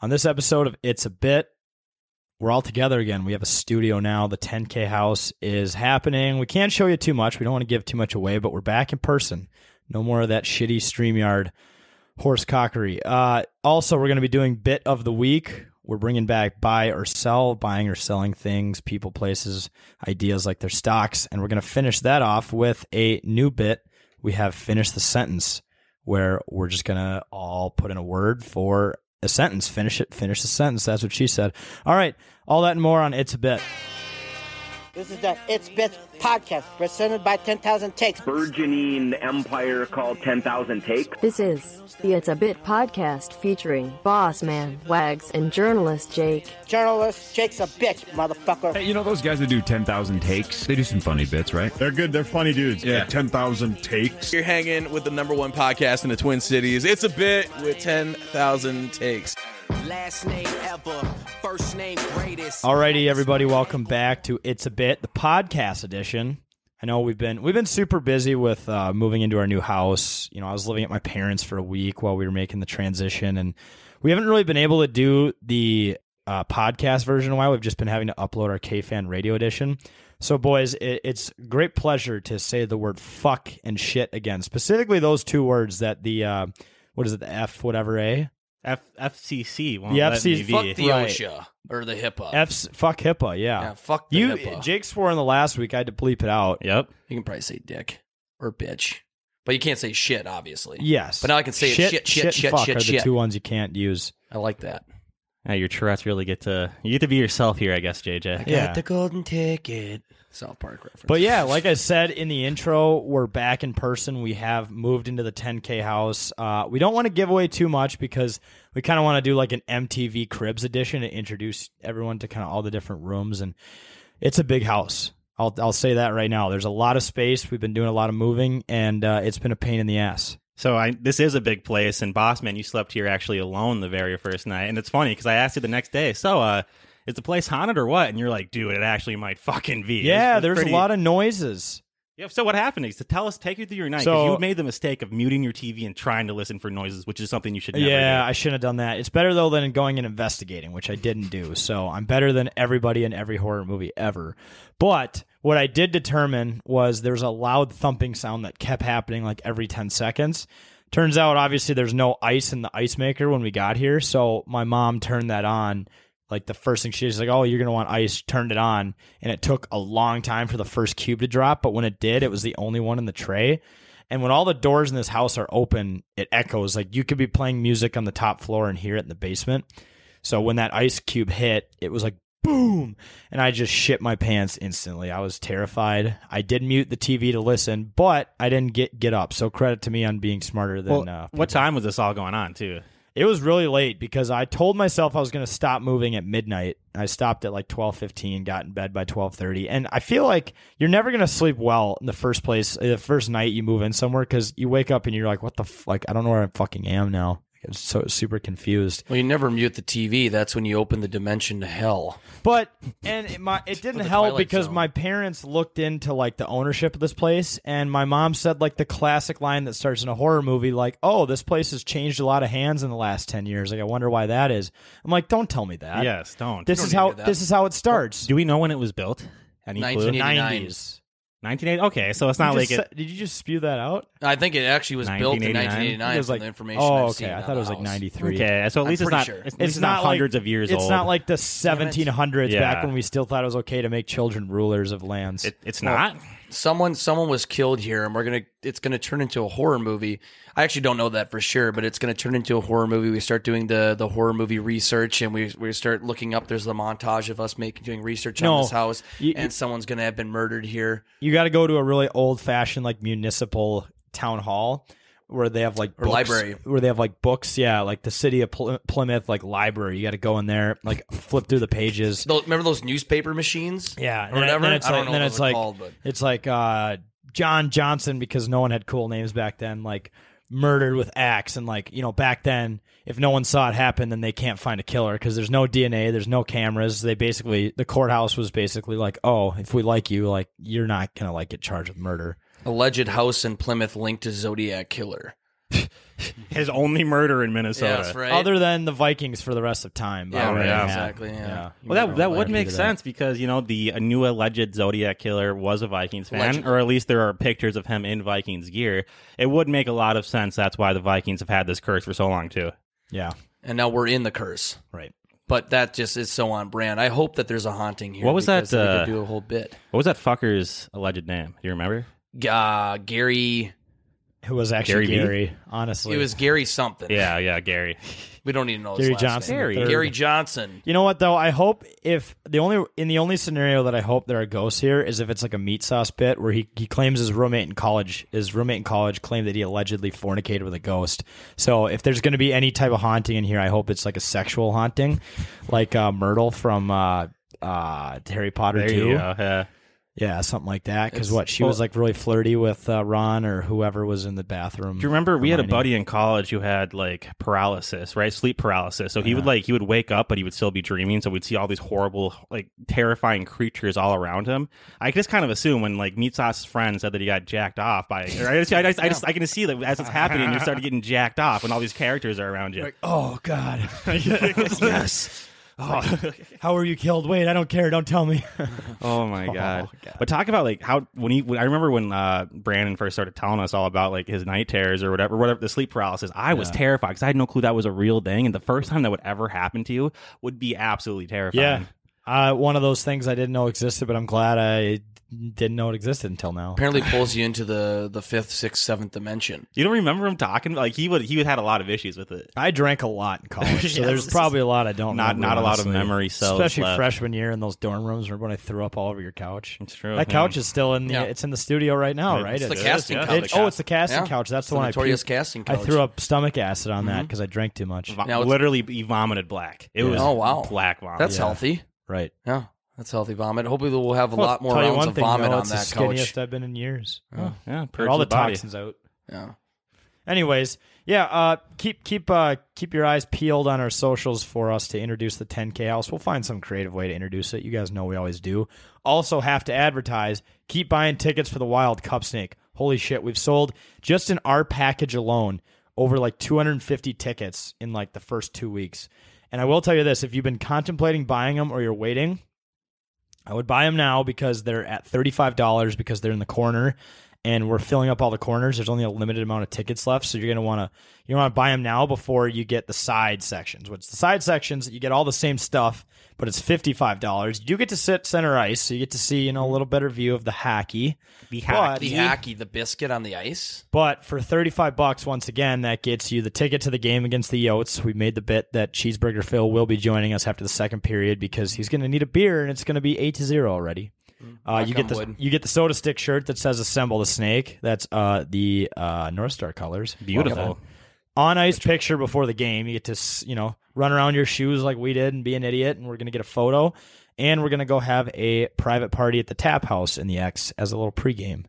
On this episode of It's a Bit, we're all together again. We have a studio now. The 10K house is happening. We can't show you too much. We don't want to give too much away, but we're back in person. No more of that shitty StreamYard horse cockery. Uh, also, we're going to be doing Bit of the Week. We're bringing back buy or sell, buying or selling things, people, places, ideas like their stocks. And we're going to finish that off with a new bit. We have Finish the Sentence, where we're just going to all put in a word for a sentence. Finish it. Finish the sentence. That's what she said. All right. All that and more on It's a Bit. This is the It's Bits podcast, presented by 10,000 Takes. burgeoning empire called 10,000 Takes. This is the It's a Bit podcast featuring Boss Man, Wags, and journalist Jake. Journalist Jake's a bitch, motherfucker. Hey, you know those guys that do 10,000 takes? They do some funny bits, right? They're good. They're funny dudes. Yeah. Like 10,000 takes. You're hanging with the number one podcast in the Twin Cities. It's a bit with 10,000 takes. Last name ever, first name greatest. Alrighty, everybody, welcome back to It's a Bit, the podcast edition. I know we've been we've been super busy with uh, moving into our new house. You know, I was living at my parents for a week while we were making the transition, and we haven't really been able to do the uh, podcast version in a while. We've just been having to upload our K Fan Radio edition. So, boys, it, it's great pleasure to say the word "fuck" and "shit" again. Specifically, those two words that the uh, what is it, the F whatever A F- FCC won't The let FCC me be. Fuck the Right. OSHA or the HIPAA. F fuck HIPAA, yeah. Yeah, fuck the you. HIPAA. Jake swore in the last week I had to bleep it out. Yep. you can probably say dick or bitch, but you can't say shit, obviously. Yes, But now I can say it. shit, Shit, shit, shit, shit, fuck shit, are the shit. two ones you can't use. I like that. Now your Tourette's really get to you get to be yourself here, I guess, JJ. got Yeah. the golden ticket. South Park reference. But yeah, like I said in the intro, we're back in person. We have moved into the 10K house. Uh, we don't want to give away too much because we kind of want to do like an MTV Cribs edition to introduce everyone to kind of all the different rooms. And it's a big house. I'll, I'll say that right now. There's a lot of space. We've been doing a lot of moving, and uh, it's been a pain in the ass. So I this is a big place, and boss man, you slept here actually alone the very first night, and it's funny because I asked you the next day, so uh, is the place haunted or what? And you're like, dude, it actually might fucking be. Yeah, there's a lot of noises. Yeah, so what happened is to tell us, take you through your night. 'cause So- you made the mistake of muting your TV and trying to listen for noises, which is something you should never yeah, do. I shouldn't have done that. It's better though than going and investigating, which I didn't do. So I'm better than everybody in every horror movie ever. But what I did determine was there's a loud thumping sound that kept happening like every 10 seconds. Turns out, obviously, there's no ice in the ice maker when we got here. So my mom turned that on. Like the first thing she did, she's like, "Oh, you're gonna want ice." Turned it on, and it took a long time for the first cube to drop. But when it did, it was the only one in the tray. And when all the doors in this house are open, it echoes. Like you could be playing music on the top floor and hear it in the basement. So when that ice cube hit, it was like boom. And I just shit my pants instantly. I was terrified. I did mute the TV to listen, but I didn't get, get up. So credit to me on being smarter than. Well, uh, what time was this all going on too? it was really late because I told myself I was going to stop moving at midnight. I stopped at like 12:15, got in bed by 12:30. And I feel like you're never going to sleep well in the first place uh, the first night you move in somewhere cuz you wake up and you're like what the f-? like I don't know where I fucking am now. I'm so super confused. well, you never mute the TV. That's when you open the dimension to hell. But and it, my it didn't the help Twilight because Zone. my parents looked into like the ownership of this place, and my mom said like the classic line that starts in a horror movie, like, "Oh, this place has changed a lot of hands in the last ten years." Like, I wonder why that is. I'm like, don't tell me that. yes, don't. this don't is need to how hear that. this is how it starts. do we know when it was built? Any clue? 1989. 90s. 1980. Okay, so it's not You like just it. said- Did you just spew that out? I think it actually was built in 1989. I think 1989 it was from like the information. Oh, I've okay. Seen I on thought the it was like house. 93. Okay, so at I'm least it's pretty not. sure. It's, It's not, not like- hundreds of years It's old. not like the 1700s back Yeah. when we still thought it was okay to make children rulers of lands. It, it's not. Someone, someone was killed here, and we're gonna. It's gonna turn into a horror movie. I actually don't know that for sure, but it's gonna turn into a horror movie. We start doing the the horror movie research, and we we start looking up. There's the montage of us making doing research No. on this house, You- and someone's gonna have been murdered here. you got to go to a really old fashioned like municipal town hall where they have like Or library. where they have like books. Yeah, like the city of Pl- Plymouth, like library. You got to go in there, like flip through the pages. Tho- Remember those newspaper machines? Yeah, or and then- whatever. Then it's I like, don't know then what it's those are like called, but it's like uh, John Johnson because no one had cool names back then. Like murdered with axe, and like you know back then, if no one saw it happen, then they can't find a killer because there's no DNA, there's no cameras. They basically the courthouse was basically like, oh, if we like you, like you're not gonna like get charged with murder. alleged house in Plymouth linked to Zodiac killer. His only murder in Minnesota. Yeah, that's right. Other than the Vikings for the rest of time. by yeah, the right, way. exactly. Yeah. You Well, might that that know would that. make to that. sense because you know the uh, new alleged Zodiac killer was a Vikings fan, Alleged. or at least there are pictures of him in Vikings gear. It would make a lot of sense. That's why the Vikings have had this curse for so long too. Yeah. and now we're in the curse. Right. But that just is so on brand. I hope that there's a haunting here. What was that, because then We uh, could do a whole bit. What was that fucker's alleged name? Do you remember? Uh, Gary. It was actually Gary Gary, Vee? honestly. It was Gary something. Yeah, yeah, Gary. We don't even know his Gary last Johnson. name. Gary. III. Gary Johnson. You know what though? I hope if the only in the only scenario that I hope there are ghosts here is if it's like a meat sauce bit where he, he claims his roommate in college his roommate in college claimed that he allegedly fornicated with a ghost. So if there's going to be any type of haunting in here, I hope it's like a sexual haunting, like uh, Myrtle from uh, uh, Harry Potter There two, you go. Yeah. yeah, something like that. Because It's- what she was like really flirty with uh, Ron or whoever was in the bathroom. Do you remember we had a Hermione. buddy in college who had like paralysis, right? Sleep paralysis. So he would like he would wake up, but he would still be dreaming. So we'd see all these horrible, like terrifying creatures all around him. I just kind of assume when like Meat Sauce's friend said that he got jacked off by. or I just, I just, I, just, I can see that as it's happening, you start getting jacked off when all these characters are around you. Oh God! yes. Oh, How were you killed? Wait, I don't care. Don't tell me. Oh my god. But talk about like how when he when, I remember when uh Brandon first started telling us all about like his night terrors or whatever whatever the sleep paralysis. I was terrified cuz I had no clue that was a real thing and the first time that would ever happen to you would be absolutely terrifying. Yeah. Uh, one of those things I didn't know existed, but I'm glad I didn't know it existed until now. Apparently pulls you into the the fifth, sixth, seventh dimension. You don't remember him talking like he would he would had a lot of issues with it. I drank a lot in college, so Yes. there's probably a lot I don't. Not- remember, not a lot of honestly. memory cells especially left. freshman year in those dorm rooms. Remember when I threw up all over your couch? It's true, That yeah. couch is still in the. Yeah. It's in the studio right now, It's right? the casting it- couch. oh, it's the casting Yeah. couch. That's It's the the one notorious I puked- casting I couch. Mm-hmm. threw up stomach acid on that because I drank too much. Vom- Now it's- literally he vomited black. It was Oh, wow. black vomit. That's Yeah. healthy. Right. Yeah, that's healthy vomit. Hopefully we'll have a Well, lot more tell you rounds one of thing, vomit though, on it's that the skinniest couch. I've been in years. Oh, yeah, Got purge all the, body. toxins out. Yeah. Anyways, yeah, uh, keep keep uh, keep your eyes peeled on our socials for us to introduce the 10K house. We'll find some creative way to introduce it. You guys know we always do. Also, have to advertise. Keep buying tickets for the Wild Cup Snake. Holy shit, we've sold just in our package alone over like 250 tickets in like the first two weeks. And I will tell you this: if you've been contemplating buying them or you're waiting, I would buy them now because they're at $35 because they're in the corner and we're filling up all the corners. There's only a limited amount of tickets left, so you're going to want to you want to buy them now before you get the side sections. Which the side sections, you get all the same stuff, but it's $55. You do get to sit center ice, so you get to see, you know, a little better view of the hockey. The But- The hacky, the biscuit on the ice. But for 35 bucks, once again, that gets you the ticket to the game against the Yotes. We made the bet that Cheeseburger Phil will be joining us after the second period because he's going to need a beer and it's going to be 8 to 0 already. Uh, you Mm-hmm. knock get on the wood. you get the soda stick shirt that says "Assemble the Snake." That's uh, the uh, North Star colors. Beautiful. On ice picture before the game. You get to s- you know run around your shoes like we did and be an idiot. And we're gonna get a photo, and we're gonna go have a private party at the Tap House in the X as a little pregame.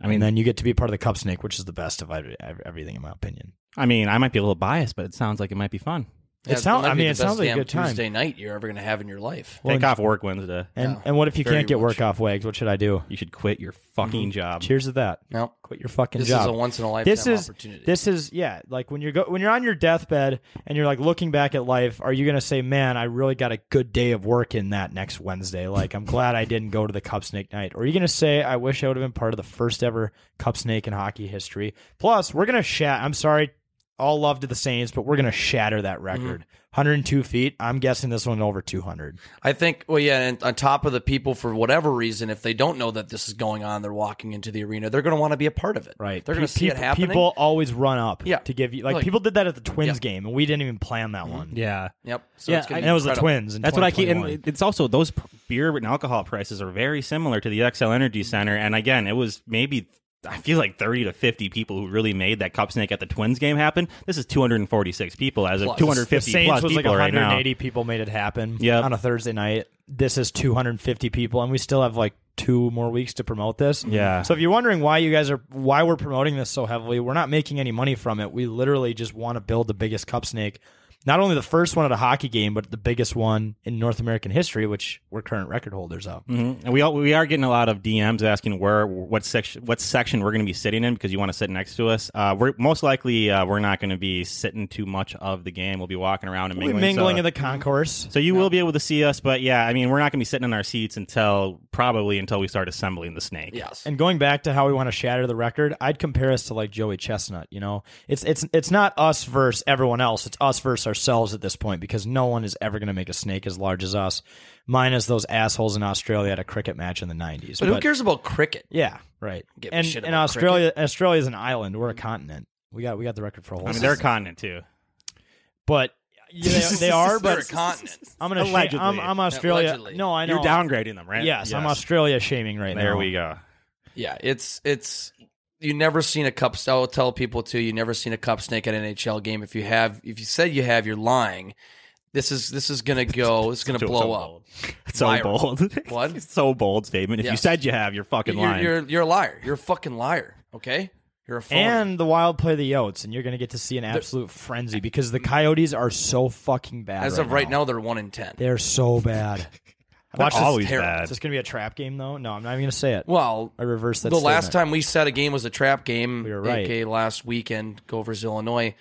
I mean, then you get to be part of the Cup Snake, which is the best of ev- ev- everything, in my opinion. I mean, I might be a little biased, but it sounds like it might be fun. It sound- might I be mean, the it sounds best like a damn good time. Tuesday night you're ever going to have in your life. Well, Take off work Wednesday. And Yeah, and what if you very can't get much. work off wags? What should I do? You should quit your fucking job. Cheers to that. No, Quit your fucking this job. is a once in a lifetime this is opportunity. this is yeah like when you're go when you're on your deathbed and you're like looking back at life are you gonna say man i really got a good day of work in that next wednesday like i'm glad i didn't go to the cup snake night or are you gonna say i wish i would have been part of the first ever cup snake in hockey history plus we're gonna shat i'm sorry all love to the saints but we're gonna shatter that Mm-hmm. record 102 feet i'm guessing this one over 200 I think, well, yeah, and on top of the people, for whatever reason, if they don't know that this is going on, they're walking into the arena, they're going to want to be a part of it. They're going to Pe- see it peop- happening. people always run up Yeah. to give you like, Like- people did that at the twins Yeah. Mm-hmm. game and we didn't even plan that one Yeah. yep. So Yeah, it's gonna I- be and it was the incredible. twins in That's what I keep. And 2021. it- it's also those p- beer and alcohol prices are very similar to the XL Energy Center. And again, it was maybe I feel like 30 to 50 people who really made that Cup Snake at the Twins game happen. This is 246 people as of Plus, 250 the Saints plus was people like 180 right now. people made it happen Yep. on a Thursday night. This is 250 people, and we still have like two more weeks to promote this. Yeah. So if you're wondering why you guys are why we're promoting this so heavily, we're not making any money from it. We literally just want to build the biggest cup snake, not only the first one at a hockey game, but the biggest one in North American history, which we're current record holders of. Mhm. And we all, we are getting a lot of DMs asking where what section what section we're going to be sitting in because you want to sit next to us. Uh, we're most likely uh, we're not going to be sitting too much of the game. We'll be walking around and We're mingling. mingling so, in the concourse. so you will be able to see us, but yeah, I mean we're not going to be sitting in our seats until probably until we start assembling the snake. Yes. And going back to how we want to shatter the record, I'd compare us to like Joey Chestnut. You know, it's it's it's not us versus everyone else; it's us versus ourselves at this point because no one is ever going to make a snake as large as us, minus those assholes in Australia at a cricket match in the nineties. But who cares about cricket? Yeah, right. Give a and shit and about Mm-hmm. Australia, Australia is an island. We're a continent. We got we got the record for a whole. I mean island. they're a continent too. but yeah, they, they are. They're but a continent. I'm gonna shame- Allegedly. I'm, I'm Australia. Allegedly. No, I know. You're downgrading them, right? Yes, I'm Australia shaming right now. There we go. Yeah, it's it's you never seen a cup. I'll tell people too. You never seen a cup snake at an NHL game. If you have, if you said you have, you're lying. This is this is gonna go. It's gonna So- blow so up. bold. So Liar. bold. What? so bold statement. If you Yes. said you have, you're fucking You're, lying. you're you're a liar. You're a fucking liar. Okay, you're a phony. And the Wild play the Yotes, and you're going to get to see an absolute frenzy because the Coyotes are so fucking bad. as right of right now, now, they're one in ten. they're so bad. Watch They're this. always terrible. bad. Is this going to be a trap game though? No, I'm not even going to say it. Well, I reversed that. the last statement. time we said a game was a trap game, We were right. aka last weekend, Govers, Illinois,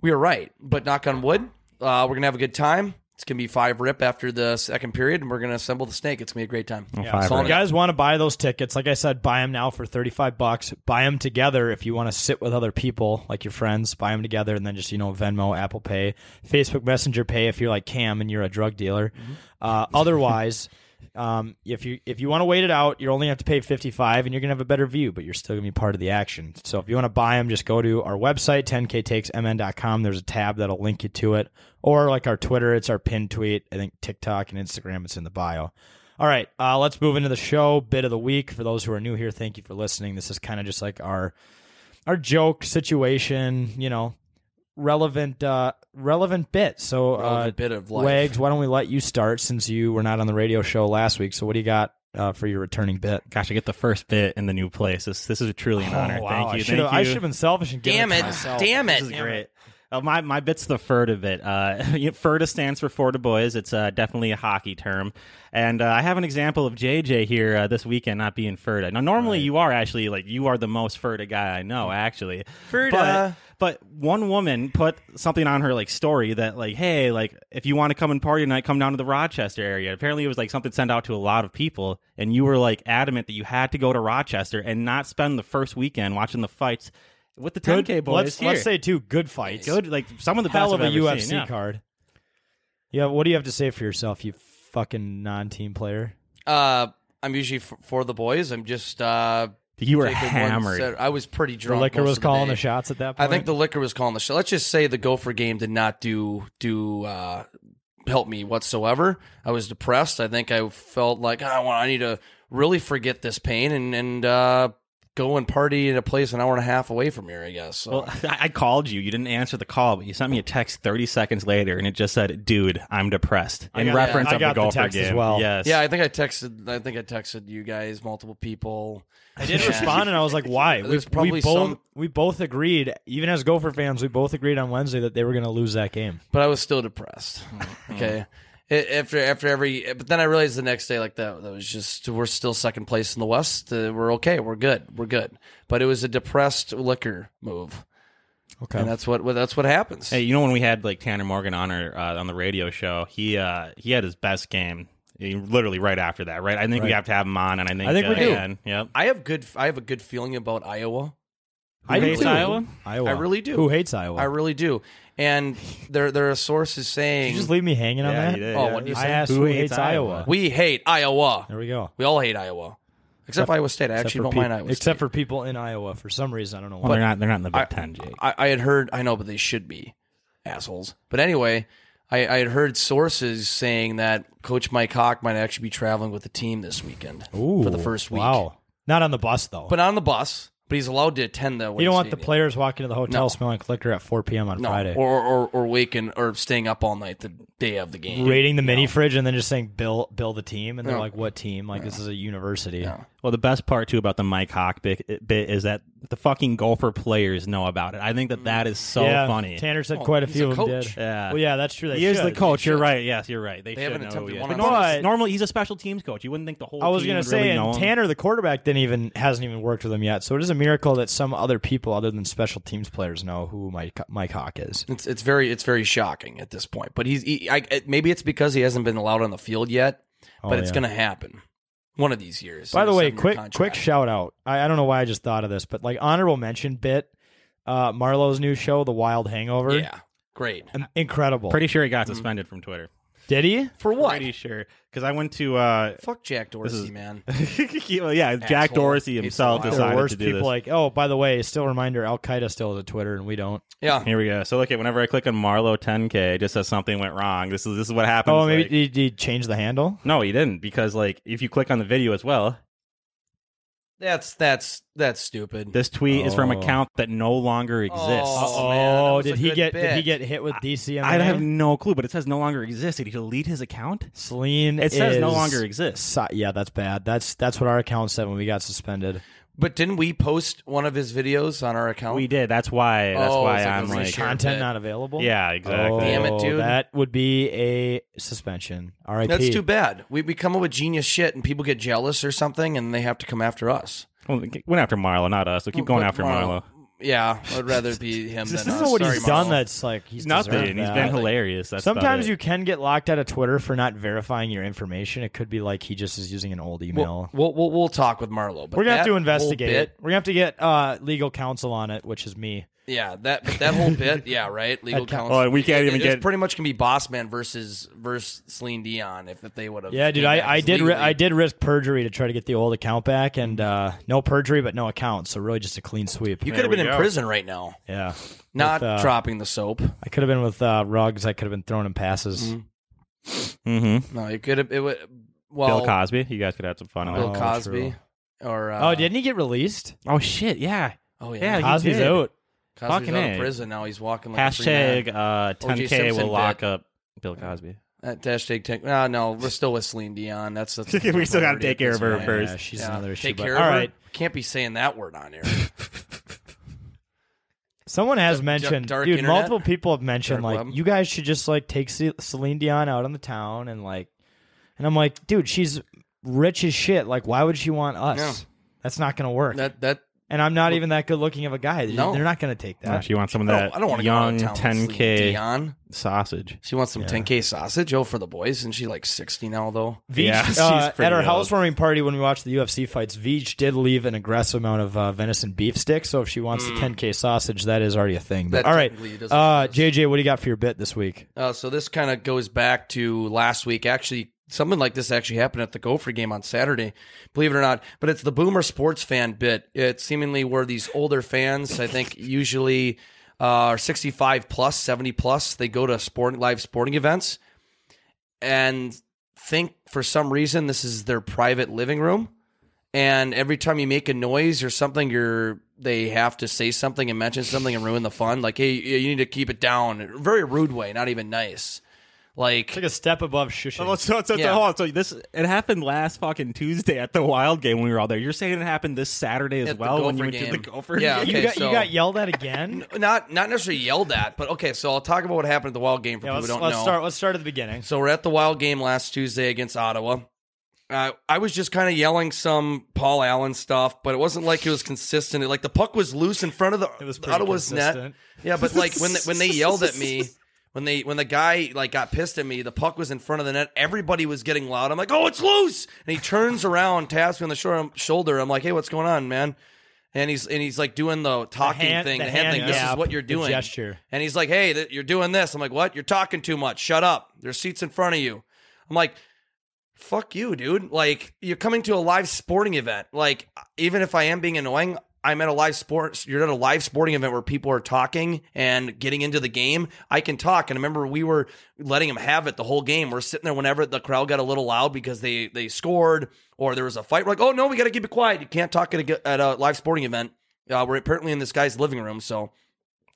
we were right. But knock on wood, uh, we're gonna have a good time. It's gonna be five rip after the second period, and we're gonna assemble the snake. It's gonna be a great time. five That's all I rip. You got. guys want to buy those tickets? Like I said, buy them now for 35 bucks. Buy them together if you want to sit with other people, like your friends. Buy them together, and then just you know Venmo, Apple Pay, Facebook Messenger Pay if you're like Cam and you're a drug dealer. Mm-hmm. Uh, otherwise. Um, if you if you want to wait it out, you're only gonna have to pay 55, and you're gonna have a better view, but you're still gonna be part of the action. So if you want to buy them, just go to our website 10ktakesmn.com. There's a tab that'll link you to it, or like our Twitter, it's our pinned tweet. I think TikTok and Instagram, it's in the bio. All right, uh, let's move into the show. Bit of the week for those who are new here. Thank you for listening. This is kind of just like our our joke situation, you know, relevant uh, relevant bit. So Relevant uh, bit of life. Wags, why don't we let you start since you were not on the radio show last week? So what do you got uh, for your returning bit? Gosh, I get the first bit in the new place. This this is truly an honor. Thank you. Oh, I Thank should've- you. I should have been selfish and given Damn it! to myself. Damn it! This is great. Uh, my my bit's the Furta bit. Uh, you know, Furta stands for Florida Boys. It's uh, definitely a hockey term, and uh, I have an example of JJ here uh, this weekend not being Furta. Now, normally you are actually like you are the most Furta guy I know, actually. Furta. But, but one woman put something on her like story that like, hey, like if you want to come and party tonight, come down to the Rochester area. Apparently, it was like something sent out to a lot of people, and you were like adamant that you had to go to Rochester and not spend the first weekend watching the fights. With the 10K Good, boys let's, here let's say two good fights. good. Like some of the hell best of a I've ever UFC seen, yeah. card. Yeah, what do you have to say for yourself, you fucking non-team player? Uh, I'm usually f- for the boys. I'm just uh, You were taking one hammered. set- I was pretty The drunk. liquor most was of calling day. the shots at that I point. think the liquor was calling the shot. Let's just say the Gopher game did not do do uh, help me whatsoever. I was depressed. I think I felt like "Ah, I want. I need to really forget this pain and and uh, go and party at a place an hour and a half away from here. I guess. So. Well, I I called you. You didn't answer the call, but you sent me a text 30 seconds later, and it just said, "Dude, I'm depressed." I In got- reference I of got the the golfer text as game. well. Yes. yeah, I think I texted. I think I texted you guys, multiple people. I did respond, and I was like, "Why?" We, There's probably we both some- we both agreed, even as Gopher fans, we both agreed on Wednesday that they were going to lose that game. but I was still depressed. Okay. A- After after every, but then I realized the next day, like that, that was just we're still second place in the West. Uh, we're okay. We're good. We're good. But it was a depressed liquor move, Okay, and that's what well, that's what happens. Hey, you know when we had like Tanner Morgan on our uh, on the radio show, he uh, he had his best game. He- Literally right after that, right? I think we Right. have to have him on, and I think I think uh, we do. Again, yep. I have good. I have a good feeling about Iowa. I Who do hates too. Iowa? Iowa. I really do. Who hates Iowa? I really do. And there there are sources Did saying you just leave me hanging on Yeah, that. you did, Oh, yeah. what'd you I say? asked who, hates Iowa. we hate Iowa. There we go. We all hate Iowa, except, Iowa State. I Except actually for don't peop- mind Iowa. except for people in Iowa for some reason. I don't know Well, why. they're not. They're not in the Big I- Ten, Jake. I, I had heard, I know, but they should be assholes. But anyway, I, I had heard sources saying that Coach Mike Hawk might actually be traveling with the team this weekend for Ooh, the first week. Wow, not on the bus though. But on the bus, But he's allowed to attend the. You don't want the Stadium. players walking to the hotel No. smelling liquor at 4 p.m. on no, Friday, or or or waking or staying up all night the day of the game. raiding the mini fridge and then just saying "Bill, Bill the team," and they're No. like, "What team? Like this is a university." Well, the best part too about the Mike Hawk bit, bit is that the fucking golfer players know about it. I think that that is so Yeah, funny. Tanner said Well, quite a he's few a of them did. coach. Yeah. Well, yeah, that's true. They he is the should. coach. You're right. Yes, you're right. They, They should haven't know who attempted he is. one But on normally- purpose. normally he's a special teams coach. You wouldn't think the whole. I was team going to would say, really know and him. Tanner, the quarterback, didn't even hasn't even worked with him yet. So it is a miracle that some other people, other than special teams players, know who Mike Mike Hawk is. It's it's very it's very shocking at this point. But he's he, I, it- maybe it's because he hasn't been allowed on the field yet. But it's Oh, yeah. going to happen one of these years. By the way, Seven-year quick contract. quick shout out. I, I don't know why I just thought of this, but like honorable mention bit, uh, Marlowe's new show, The Wild Hangover. Yeah, great. Am- incredible. Pretty sure he Mm-hmm. got suspended from Twitter. Did he? For what? Pretty sure because I went to. uh Fuck Jack Dorsey, is- man. well, yeah, Jack Asshole. Dorsey He's himself the There wild. were decided worse to do people this. like, oh, by the way, still reminder, Al Qaeda still has a Twitter and we don't. Yeah, Here we go. So look at whenever I click on Marlowe 10K, it just says something went wrong. This is this is what happens. Oh, maybe like- did he change the handle? no, he didn't because like if you click on the video as well, that's that's that's stupid. this tweet is from Oh. an account that no longer exists. Oh, Oh, man, that was did a he good get did he bit. get hit with DCMA? I have no clue, but it says no longer exists. Did he delete his account? Celine. It says no is- longer exists. So- yeah, that's bad. That's that's what our account said when we got suspended. But didn't we post one of his videos on our account? We did. That's why. That's Oh, why it's like I'm a like. reshare. Content bit. not available. Yeah, exactly. Oh, Damn it, dude. That would be a suspension. All right. That's too bad. We, we come up with genius shit and people get jealous or something and they have to come after us. Well, went after Marlo, not us. So keep going Oh, But after Marlo- Marlo. Yeah, I'd rather be him than I us. don't know what Sorry, he's Marlo. done. That's like he's Nothing. deserved He's that. been hilarious. That's about Sometimes it. you can get locked out of Twitter for not verifying your information. It could be like he just is using an old email. We'll, we'll, we'll, we'll talk with Marlo. But We're gonna that have to whole investigate. bit- it. We're gonna have to get uh, legal counsel on it, which is me. Yeah, that but that whole bit. Yeah, right. Legal That count- counsel. Oh, and we can't It- even it was get- pretty much can be boss man versus versus Celine Dion if, if they would have. Yeah, dude, came I, back I as did ri legally- I did risk perjury to try to get the old account back, and uh, no perjury, but no account, so really just a clean sweep. You could have been in prison right now, yeah, not With, uh, dropping the soap. I could have been with uh, Ruggs. I could have been throwing him passes. Mm-hmm. No, you could have. It would. Well, Bill Cosby. You guys could have some fun. on Bill that. Oh, Cosby, or uh, oh, didn't he get released? Oh shit! Yeah. Oh Yeah, yeah, he Cosby's did. out. Cosby's fucking out of A. prison now. He's walking like a free man. Hashtag uh, 10K Simpson will lock bit. up Bill Cosby. That Uh, hashtag tech. No, no, we're still with Celine Dion. That's the We still gotta priority take at care this of her point. first. Yeah, she's Yeah, another issue. Take but- care all of her. right. Can't be saying that word on air. Someone has Dark- mentioned, dark dude. internet? Multiple people have mentioned, Dark like, web? you guys should just like take Ce- Celine Dion out on the town and like, and I'm like, dude, she's rich as shit. Like, why would she want us? Yeah. That's not gonna work. that that and I'm not even that good looking of a guy. They're, No. they're not gonna take that. If you want some of I that don't, I don't want to go out young of town with Celine 10K Dion. sausage. She wants some 10K sausage. Oh, for the boys, and she's like 60 now though. Veach, Yeah, she's uh, at pretty our old. housewarming party when we watched the UFC fights, Veach did leave an aggressive amount of uh, venison beef sticks. So if she wants the 10k sausage, that is already a thing. But Mm. That all right, technically doesn't uh, exist. JJ, what do you got for your bit this week? Uh, so this kind of goes back to last week. Actually, something like this actually happened at the Gopher game on Saturday, believe it or not. But it's the Boomer sports fan bit. It's seemingly where these older fans, I think, usually uh, are 65 plus, 70 plus. They go to sport live sporting events and think for some reason this is their private living room. And every time you make a noise or something, you're they have to say something and mention something and ruin the fun. Like, hey, you need to keep it down. In a Very rude way, not even nice. Like, Take a step above shushing. so, so, Yeah. hold on. so this it happened last fucking Tuesday at the Wild game when we were all there. You're saying it happened this Saturday as At the well when Gopher you went to the game. Gopher Yeah. game? okay, you, got, so- you got yelled at again. not not necessarily yelled at, but okay. So I'll talk about what happened at the Wild game for Yeah, people who let's, don't let's know. start. Let's start at the beginning. So we're at the Wild game last Tuesday against Ottawa. Uh, I was just kind of yelling some Paul Allen stuff, but it wasn't like it was consistent. It- like the puck was loose in front of the It was pretty Ottawa's net. consistent. Yeah, but like when they, when they yelled at me, when they when the guy like got pissed at me, the puck was in front of the net. Everybody was getting loud. I'm like, oh, it's loose, and he turns around, taps me on the shor- shoulder. I'm like, hey, what's going on, man? And he's and he's like doing the talking hand- thing, the the, hand, hand thing. This is gap, what you're the doing. gesture. And he's like, hey, th- you're doing this. I'm like, what? You're talking too much. Shut up. There's seats in front of you. I'm like, fuck you, dude. Like, you're coming to a live sporting event. Like, even if I am being annoying, I'm at a live sport. You're at a live sporting event where people are talking and getting into the game. I can talk. And I remember we were letting them have it the whole game. We're sitting there whenever the crowd got a little loud because they they scored or there was a fight. We're like, oh no, we got to keep it quiet. You can't talk at a, at a live sporting event. Uh, we're apparently in this guy's living room, so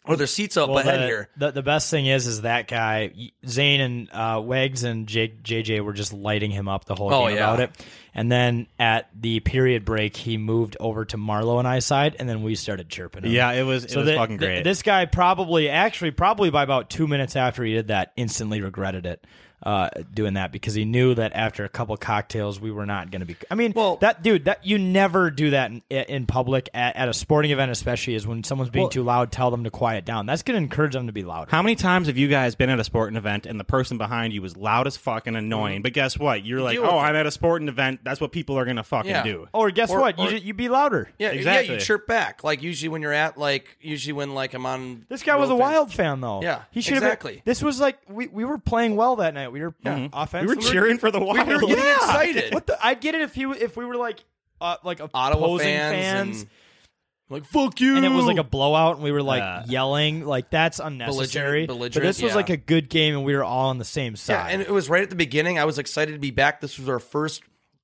or there's seats up Well, ahead the, here. The, the best thing is, is that guy Zane and uh, Wags and J- JJ were just lighting him up the whole Oh, game yeah. about it. And then at the period break, he moved over to Marlo and I side, and then we started chirping. Him. Yeah, it was it was the- fucking the- great. this guy probably, actually, probably by about two minutes after he did that, instantly regretted it. Uh, doing that because he knew that after a couple cocktails we were not going to be. I mean, Well- that dude, that you never do that in, in public at, at a sporting event, especially is when someone's being too loud. Tell them to quiet down. That's going to encourage them to be louder. How many times have you guys been at a sporting event and the person behind you was loud as fucking annoying? But guess what? You're like, deal with oh, it. I'm at a sporting event. That's what people are gonna fucking Yeah. do. Or guess Or- what? or- you, ju- you be louder. Yeah, yeah, exactly. you chirp back. Like usually when you're at like usually when like I'm on This guy was a real fence. wild fan, though. Yeah, he should have. exactly. This was like we, we were playing well that night. We were Yeah. We offensive. were cheering for the Wild. were getting Oh, Yeah. excited. What the? I get it if he if we were like uh, like Ottawa opposing fans, fans, and like fuck you, and it was like a blowout, and we were like Yeah. yelling. Like that's unnecessary. belligerent, but this was yeah. like a good game, and we were all on the same yeah, side. and it was right at the beginning. I was excited to be back. This was our first,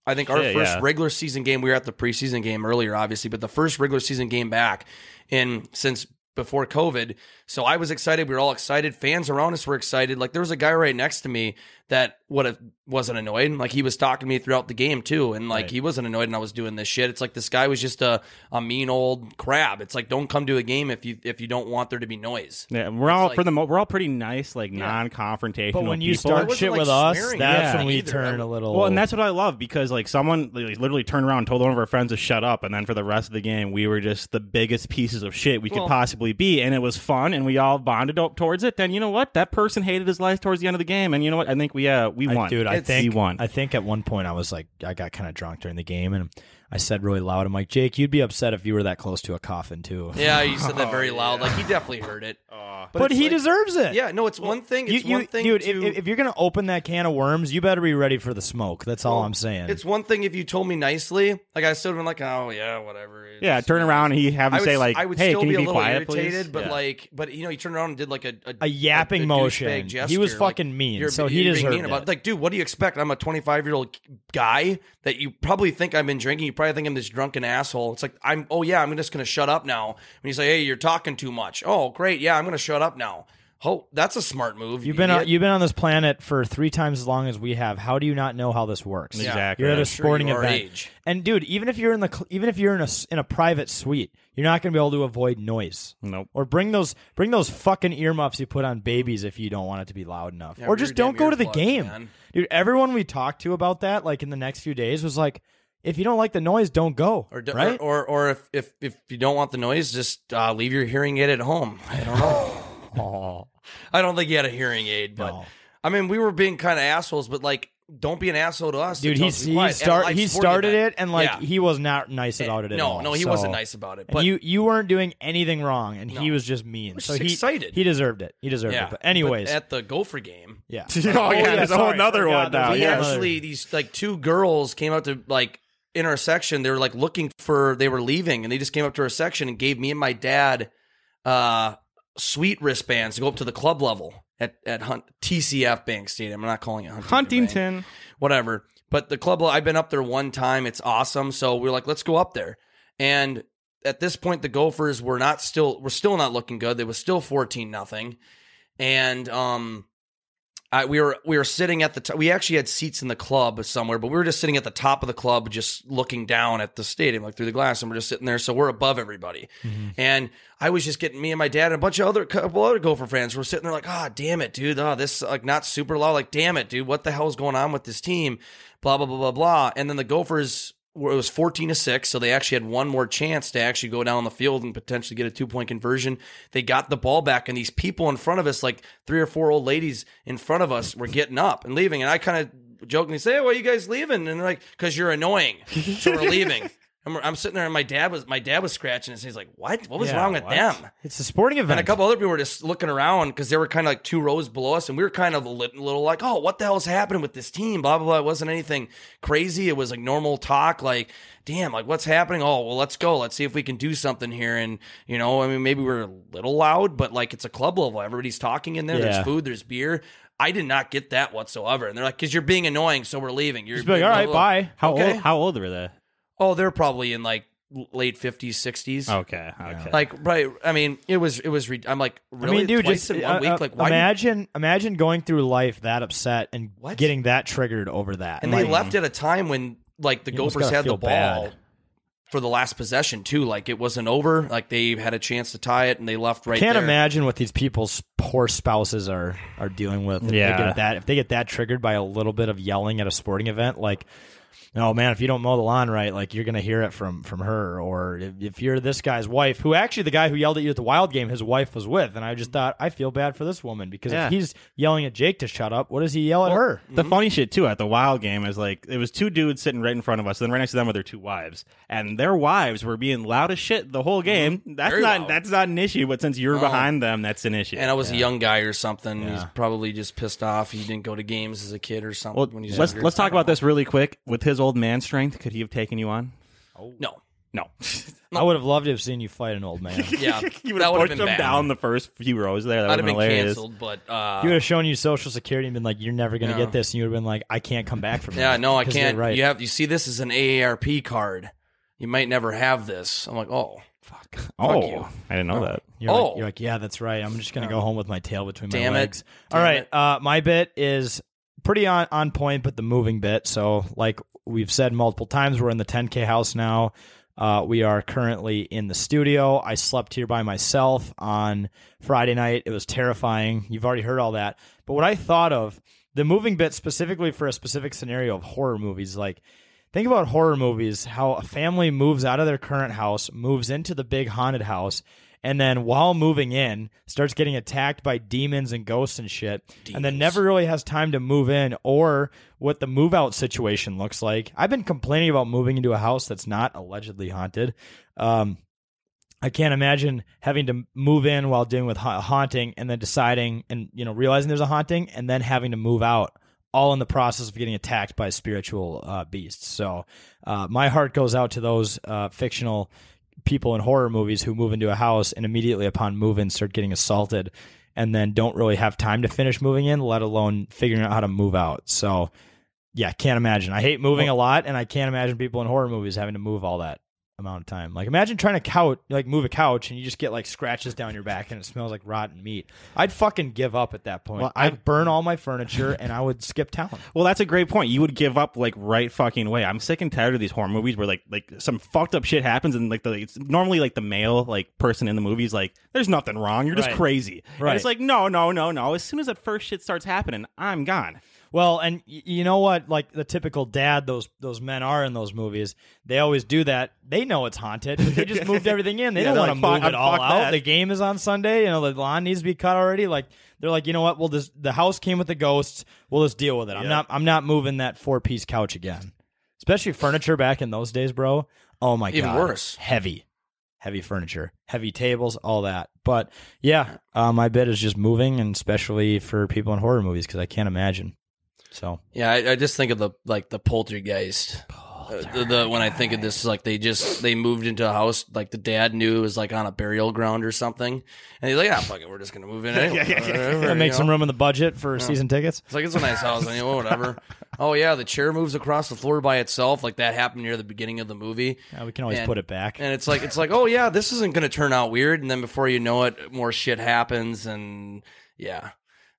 I think, our Shit, first yeah. regular season game. We were at the preseason game earlier, obviously, but the first regular season game back, and since before COVID, so I was excited. We were all excited. Fans around us were excited. Like there was a guy right next to me that what it wasn't annoyed. Like he was talking to me throughout the game too, and like he wasn't annoyed. And I was doing this shit. It's like this guy was just a a mean old crab. It's like don't come to a game if you if you don't want there to be noise. Yeah, we're all like- for the mo- we're all pretty nice, like non-confrontational. but when you people. I start wasn't, shit like, with us, swearing that's at when we either. turn I- a little. Well, and that's what I love because like someone like, literally turned around, and told one of our friends to shut up, and then for the rest of the game, we were just the biggest pieces of shit we could Well- possibly be, and it was fun, and we all bonded up towards it. Then you know what? That person hated his life towards the end of the game, and you know what? I think we uh we I- won, dude. I It's- think we won. I think at one point I was like, I got kind of drunk during the game, and I said really loud, "I'm like, Jake, you'd be upset if you were that close to a coffin too." Yeah, you said Oh, that very loud. Like he definitely heard it. but, it's he like- deserves it. Yeah, no, it's one thing. You, It's Oh. you, one thing, dude. to, If, if you're gonna open that can of worms, you better be ready for the smoke. That's all I'm saying. it's one thing if you told me nicely, like I still would been like, oh yeah, whatever. It's- yeah, turn around and he have I him would, say like, I would "Hey, still can be you a be little quiet, irritated, please?" but Yeah. like, but you know, he turned around and did like a a, A yapping a douchebag motion. gesture, He was like, fucking mean, you're- so he you're being deserved mean about it. Like, dude, what do you expect? I'm a 25 year old guy that you probably think I've been drinking. You probably think I'm this drunken asshole. It's like I'm. Oh yeah, I'm just gonna shut up now. When you say, hey, you're talking too much. Oh great, yeah, I'm gonna shut up now. Oh, that's a smart move. You've been idiot. on, you've been on this planet for three times as long as we have. How do you not know how this works? Yeah. Exactly. You're at a I'm sure sporting you are event, age. and dude, even if you're in the cl- even if you're in a s- in a private suite, you're not gonna be able to avoid noise. Nope. Or bring those bring those fucking earmuffs you put on babies if you don't want it to be loud enough. Yeah, or wear just your don't damn go to the earplugs, game, man. dude. Everyone we talked to about that, like in the next few days, was like, if you don't like the noise, don't go. Or, do, right? or, or or if if if you don't want the noise, just uh, leave your hearing aid at home. I don't know. I don't think he had a hearing aid, but No. I mean, we were being kind of assholes, but like, don't be an asshole to us, dude, Tell he, us to be he quiet. At a start live he sporting started event. it, and like Yeah. Eh, he was not nice about it. at no, all, no, he so- wasn't nice about it. And But you you weren't doing anything wrong, and he No. was just mean. was so just he excited. he deserved it. He deserved yeah, it. But anyways, but at the Gopher game, yeah. Oh, yeah, there's a whole sorry, nother forgot, one now, there's we a whole nother- actually these like two girls came out to like in our section. They were like looking for they were leaving, and they just came up to our section and gave me and my dad uh sweet wristbands to go up to the club level at at Hunt TCF Bank Stadium. I'm not calling it Huntington. Bank Huntington. whatever. But the club, I've been up there one time. It's awesome. So we're like, let's go up there. And at this point, the Gophers were not still, were still not looking good. They was still 14 nothing. And, um, I, we were we were sitting at the t- we actually had seats in the club somewhere, but we were just sitting at the top of the club, just looking down at the stadium, like through the glass, and we're just sitting there. So we're above everybody, and I was just getting me and my dad and a bunch of other couple other Gopher fans were sitting there like, ah, damn it, dude, oh, this like not super loud, like damn it, dude, what the hell is going on with this team, blah blah blah blah blah, and then the Gophers. were- It was fourteen to six, so they actually had one more chance to actually go down the field and potentially get a two point conversion. They got the ball back, and these people in front of us, like three or four old ladies in front of us, were getting up and leaving. And I kind of jokingly say, "Hey, why you guys leaving?" And they're like, "Cause you're annoying, so we're leaving." And we're, I'm sitting there, and my dad was my dad was scratching his. head. He's like, "What? What was Yeah, wrong with what? them?" It's a sporting event. And a couple other people were just looking around because they were kind of like two rows below us, and we were kind of a lit- little like, "Oh, what the hell's happening with this team?" Blah blah blah. It wasn't anything crazy. It was like normal talk. Like, damn, like what's happening? Oh, well, let's go. Let's see if we can do something here. And you know, I mean, maybe we're a little loud, but like it's a club level. Everybody's talking in there. Yeah. There's food. There's beer. I did not get that whatsoever. And they're like, "Cause you're being annoying, so we're leaving." You're Just be like, all right, blah, blah, blah." bye. How Okay. old? How old were they? Oh, they're probably in like late fifties, sixties. Okay, okay. Like right, I mean, it was it was. Re- I'm like, really, I mean, dude, twice just in one uh, week. uh, Like, why? do you- imagine, imagine going through life that upset and What? getting that triggered over that. and like, they left at a time when like the You almost Gophers gotta had the feel ball bad. for the last possession too. Like it wasn't over. Like they had a chance to tie it, and they left right. Can't there. imagine what these people's poor spouses are are dealing with. If Yeah. they get that if they get that triggered by a little bit of yelling at a sporting event, like, oh man, if you don't mow the lawn right, like you're gonna hear it from from her. Or if, if you're this guy's wife, who actually the guy who yelled at you at the Wild game, his wife was with, and I just thought I feel bad for this woman because Yeah. if he's yelling at Jake to shut up, what does he yell at her? The Mm-hmm. funny shit too at the Wild game is like it was two dudes sitting right in front of us, and then right next to them were their two wives, and their wives were being loud as shit the whole game. That's Mm-hmm. Very loud. not Oh. that's not an issue, but since you're behind them, that's an issue. And I was a young guy or something. He's probably just pissed off. He didn't go to games as a kid or something. well, when he's let's let's talk about this really quick. With his old man strength, could he have taken you on? No, No, I would have loved to have seen you fight an old man. yeah, you would that have would have pushed him been bad. down the first few rows there. That would I'd have have been been hilariers. canceled, but uh, He would have shown you Social Security and been like, "You're never going to Yeah. get this," and you would have been like, "I can't come back from yeah, this." no, I 'Cause you're can't. Right. You have you see this as an AARP card. You might never have this. I'm like, oh, fuck, Oh, fuck you. I didn't know that. You're, Oh. like, you're like, yeah, that's right. I'm just gonna go home with my tail between Damn it. my legs. Damn All right, uh, my bit is pretty on on point, but the moving bit. So, like we've said multiple times, we're in the 10k house now. Uh, we are currently in the studio. I slept here by myself on Friday night. It was terrifying. You've already heard all that. But what I thought of the moving bit specifically for a specific scenario of horror movies, like Think about horror movies, how a family moves out of their current house, moves into the big haunted house, and then while moving in, starts getting attacked by demons and ghosts and shit, and then never really has time to move in or what the move out situation looks like. I've been complaining about moving into a house that's not allegedly haunted. Um, I can't imagine having to move in while dealing with ha- haunting and then deciding and you know realizing there's a haunting and then having to move out all in the process of getting attacked by spiritual uh, beasts. So uh, my heart goes out to those uh, fictional people in horror movies who move into a house and immediately upon move in start getting assaulted and then don't really have time to finish moving in, let alone figuring out how to move out. So yeah, can't imagine. I hate moving a lot and I can't imagine people in horror movies having to move all that amount of time. Like imagine trying to couch like move a couch and you just get like scratches down your back and it smells like rotten meat. I'd fucking give up at that point. Well, I- I'd burn all my furniture and I would skip town. Well, that's a great point. You would give up like right fucking way. I'm sick and tired of these horror movies where like like some fucked up shit happens and like the it's normally like the male like person in the movie is like, "There's nothing wrong. You're just Right. crazy." And Right. it's like, no, no, no, no. As soon as that first shit starts happening, I'm gone. Well, and y- you know what? Like the typical dad, those those men are in those movies. They always do that. They know it's haunted. but They just moved everything in. They don't Yeah, they're want to like, move "Fuck, it I'm- all fuck out. that." The game is on Sunday. You know the lawn needs to be cut already. Like they're like, you know what? Well, this, the house came with the ghosts. We'll just deal with it. I'm not I'm not moving that four piece couch again. Especially furniture back in those days, bro. Oh my Even god, worse. heavy. Heavy furniture, heavy tables, all that. But yeah, uh, my bit is just moving, and especially for people in horror movies, because I can't imagine. So Yeah, I, I just think of the like the poltergeist. Uh, The, the when I think of this, like they just they moved into a house like the dad knew it was like on a burial ground or something, and he's like, ah, fuck it, we're just gonna move in anyway. Whatever, Yeah, you make know? some room in the budget for season tickets. It's like it's a nice house anyway, whatever. oh yeah, the chair moves across the floor by itself, like that happened near the beginning of the movie. Yeah, we can always And- put it back. And it's like it's like, oh yeah, this isn't gonna turn out weird, and then before you know it, more shit happens, and yeah,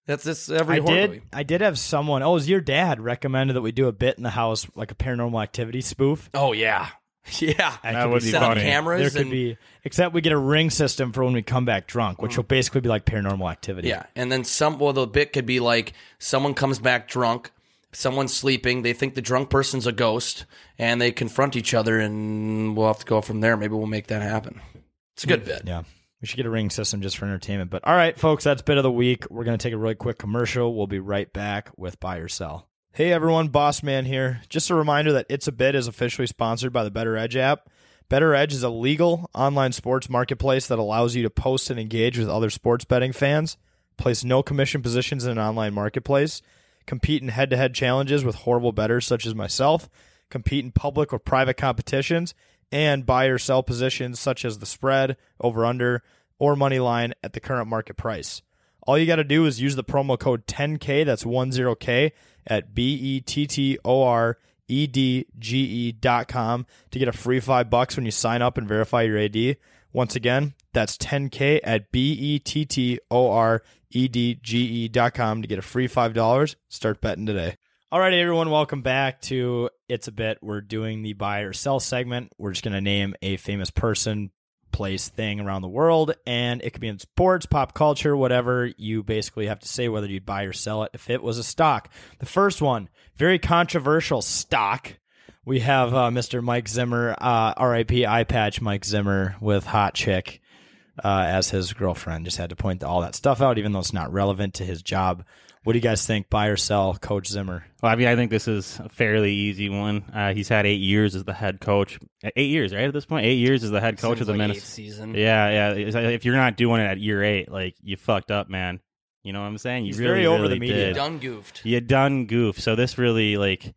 that's this every I horror did. movie. I did have someone. Oh, it was your dad recommended that we do a bit in the house, like a paranormal activity spoof. Oh yeah, yeah. That would be set up funny. cameras There could and- be, except we get a ring system for when we come back drunk, Mm. which will basically be like paranormal activity. Yeah, and then some. Well, the bit could be like someone comes back drunk, someone's sleeping. They think the drunk person's a ghost, and they confront each other, and we'll have to go from there. Maybe we'll make that happen. It's a good bit. Yeah. We should get a ring system just for entertainment. But all right, folks, that's bit of the week. We're going to take a really quick commercial. We'll be right back with Buy or Sell. Hey, everyone, Boss Man here. Just a reminder that It's a Bit is officially sponsored by the Better Edge app. Better Edge is a legal online sports marketplace that allows you to post and engage with other sports betting fans, place no commission positions in an online marketplace, compete in head to head challenges with horrible bettors such as myself, compete in public or private competitions, and buy or sell positions such as the spread, over under, or money line at the current market price. All you got to do is use the promo code 10K, that's 10K, at B E T T O R edge.com to get a free five bucks when you sign up and verify your ad. Once again, that's 10K at B E T T O R E D G E.com to get a free $5. Start betting today. All right, everyone, welcome back to It's a Bit. We're doing the buy or sell segment. We're just going to name a famous person, place, thing around the world, and it could be in sports, pop culture, whatever. You basically have to say whether you'd buy or sell it if it was a stock. The first one, very controversial stock. We have uh, Mr. Mike Zimmer, uh, RIP eye patch Mike Zimmer with Hot Chick uh, as his girlfriend. Just had to point all that stuff out, even though it's not relevant to his job. What do you guys think? Buy or sell, Coach Zimmer? Well, I mean, I think this is a fairly easy one. Uh, he's had eight years as the head coach. E, Eight years, right? At this point, eight years as the head coach Seems of the like Minnesota eighth season. Yeah, yeah. It's like, If you're not doing it at year eight, like you fucked up, man. You know what I'm saying? You He's really, very over really the media. did. Done goofed. You done goof. So this really like,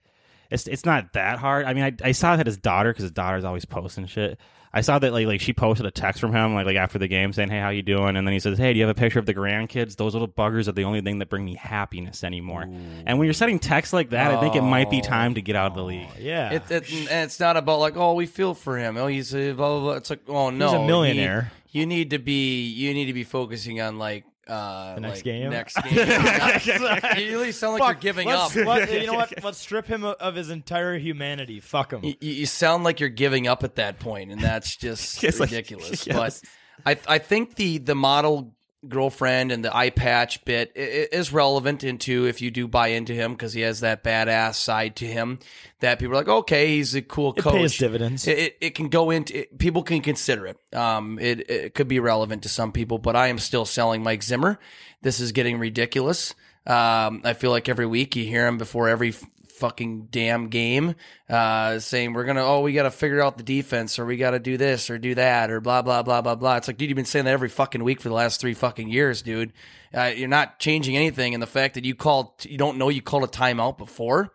it's it's not that hard. I mean, I, I saw that his daughter because his daughter's always posting shit. I saw that like like she posted a text from him like like after the game saying hey how you doing and then he says hey do you have a picture of the grandkids those little buggers are the only thing that bring me happiness anymore and when you're sending texts like that I think it might be time to get out of the league Oh, Yeah. It, it, and it's not about like, oh, we feel for him. Oh, he's a blah blah. blah. It's like, oh no, a you need- millionaire. You need, to be. You need to be focusing on like uh, the next game? Next game. you really sound like you're giving Let's- up. let- you know what? Let's strip him of- of his entire humanity. Fuck him. You, you sound like you're giving up at that point, and that's just Yes, like- ridiculous. yes. But I I think the the model girlfriend and the eye patch bit i- i- is relevant into if you do buy into him because he has that badass side to him that people are like, okay, he's a cool It coach. pays dividends. It, it, it can go into it, people can consider it. Um, it it could be relevant to some people, but I am still selling Mike Zimmer. This is getting ridiculous. Um, I feel like every week you hear him before every f- fucking damn game, uh, saying we're gonna oh we got to figure out the defense or we got to do this or do that or blah blah blah blah blah. It's like dude, you've been saying that every fucking week for the last three fucking years, dude. Uh, you're not changing anything, and the fact that you called you don't know you called a timeout before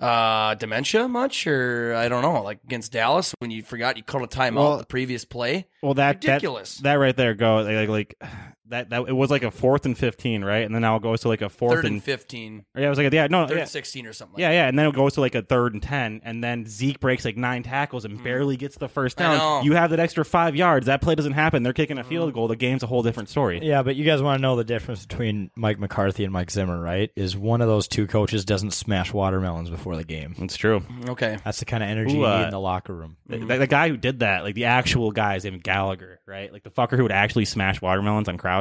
uh dementia much or I don't know, like against Dallas when you forgot you called a timeout Well- the previous play. Well, that that- Ridiculous. That, right there goes like, like like, that that it was like a fourth and fifteen, right? And then now it goes to like a fourth Third and fifteen. Yeah, it was like a, yeah, no, Third yeah. and sixteen or something like Yeah, yeah, and then it goes to like a third and ten, and then Zeke breaks like nine tackles and barely gets the first Mm. I know. Mm. down. You have that extra five yards. That play doesn't happen. They're kicking a field goal. The game's a whole different story. Yeah, but you guys want to know the difference between Mike McCarthy and Mike Zimmer, right? Is one of those two coaches doesn't smash watermelons before the game. It's true. that. Okay. That's the kind of energy Ooh, you Mm. uh, need in the locker room. The, the- the guy who did that, like the actual guy, is named Gallagher, right? Like the fucker who would actually smash watermelons on crowds.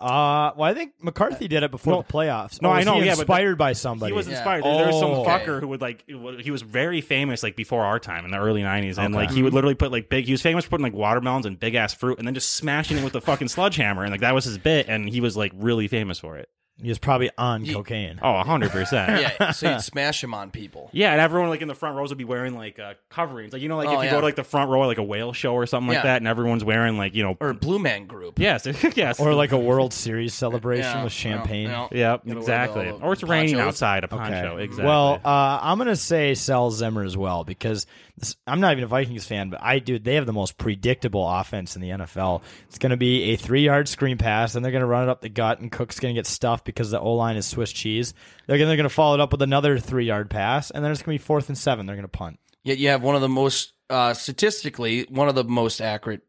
Uh, well, I think McCarthy did it before No. the playoffs. No, Or I was know, He yeah, but inspired the- by somebody. He was Yeah. inspired. There was some Oh. fucker who would like he was very famous like before our time in the early '90s, and Okay. like he would literally put like big. He was famous for putting like watermelons and big ass fruit, and then just smashing it with a fucking sledgehammer, and like that was his bit, and he was like really famous for it. he was probably on Ye- cocaine. Oh, hundred percent. Yeah. So you'd smash him on people. Yeah, and everyone like in the front rows would be wearing like uh, coverings, like you know, like Oh, if you yeah. go to like the front row, of, like a whale show or something Yeah. like that, and everyone's wearing like you know, Or Blue Man Group. yes, yes, Or like a World Series celebration Yeah, with champagne. yeah, yeah. yep, Gotta wear exactly. the- Or it's raining ponchos. outside, a poncho, exactly. Well, uh, I'm gonna say sell Zimmer as well because this, I'm not even a Vikings fan, but I do. They have the most predictable offense in the NFL. It's gonna be a three yard screen pass, and they're gonna run it up the gut, and Cook's gonna get stuffed because the O line is Swiss cheese. They're gonna, they're gonna follow it up with another three yard pass, and then it's gonna be fourth and seven. They're gonna punt. Yet you have one of the most uh, statistically one of the most accurate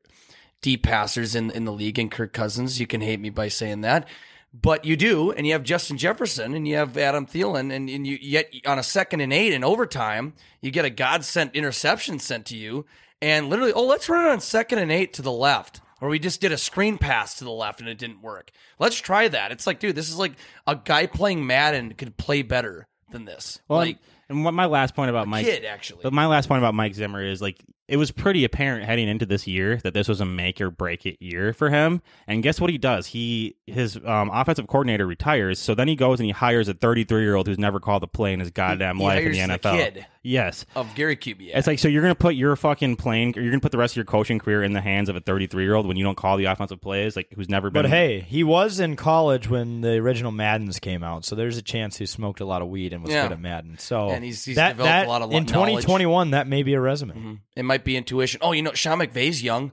deep passers in in the league in Kirk Cousins. You can hate me by saying that. But you do, and you have Justin Jefferson, and you have Adam Thielen, and, and you yet on a second and eight in overtime, you get a God sent interception sent to you, and literally, oh, let's run it on second and eight to the left, or we just did a screen pass to the left and it didn't work. Let's try that. It's like, dude, this is like a guy playing Madden could play better than this. Well, like and and what my last point about Mike, kid, actually. But my last point about Mike Zimmer is like it was pretty apparent heading into this year that this was a make or break it year for him. And guess what he does? He his um, offensive coordinator retires, so then he goes and he hires a 33 year old who's never called a play in his goddamn he life in the hires the NFL. kid. Oh, Yes. of Gary Kubiak. It's like so you're gonna put your fucking playing, you're gonna put the rest of your coaching career in the hands of a 33 year old when you don't call the offensive plays, like who's never been. But hey, he was in college when the original Maddens came out, so there's a chance he smoked a lot of weed and was Yeah. good at Madden. So And he's- he's that, developed that- a lot of in knowledge. Mm-hmm. 2021. That may be a resume. It might be intuition. Oh, you know, Sean McVay's young.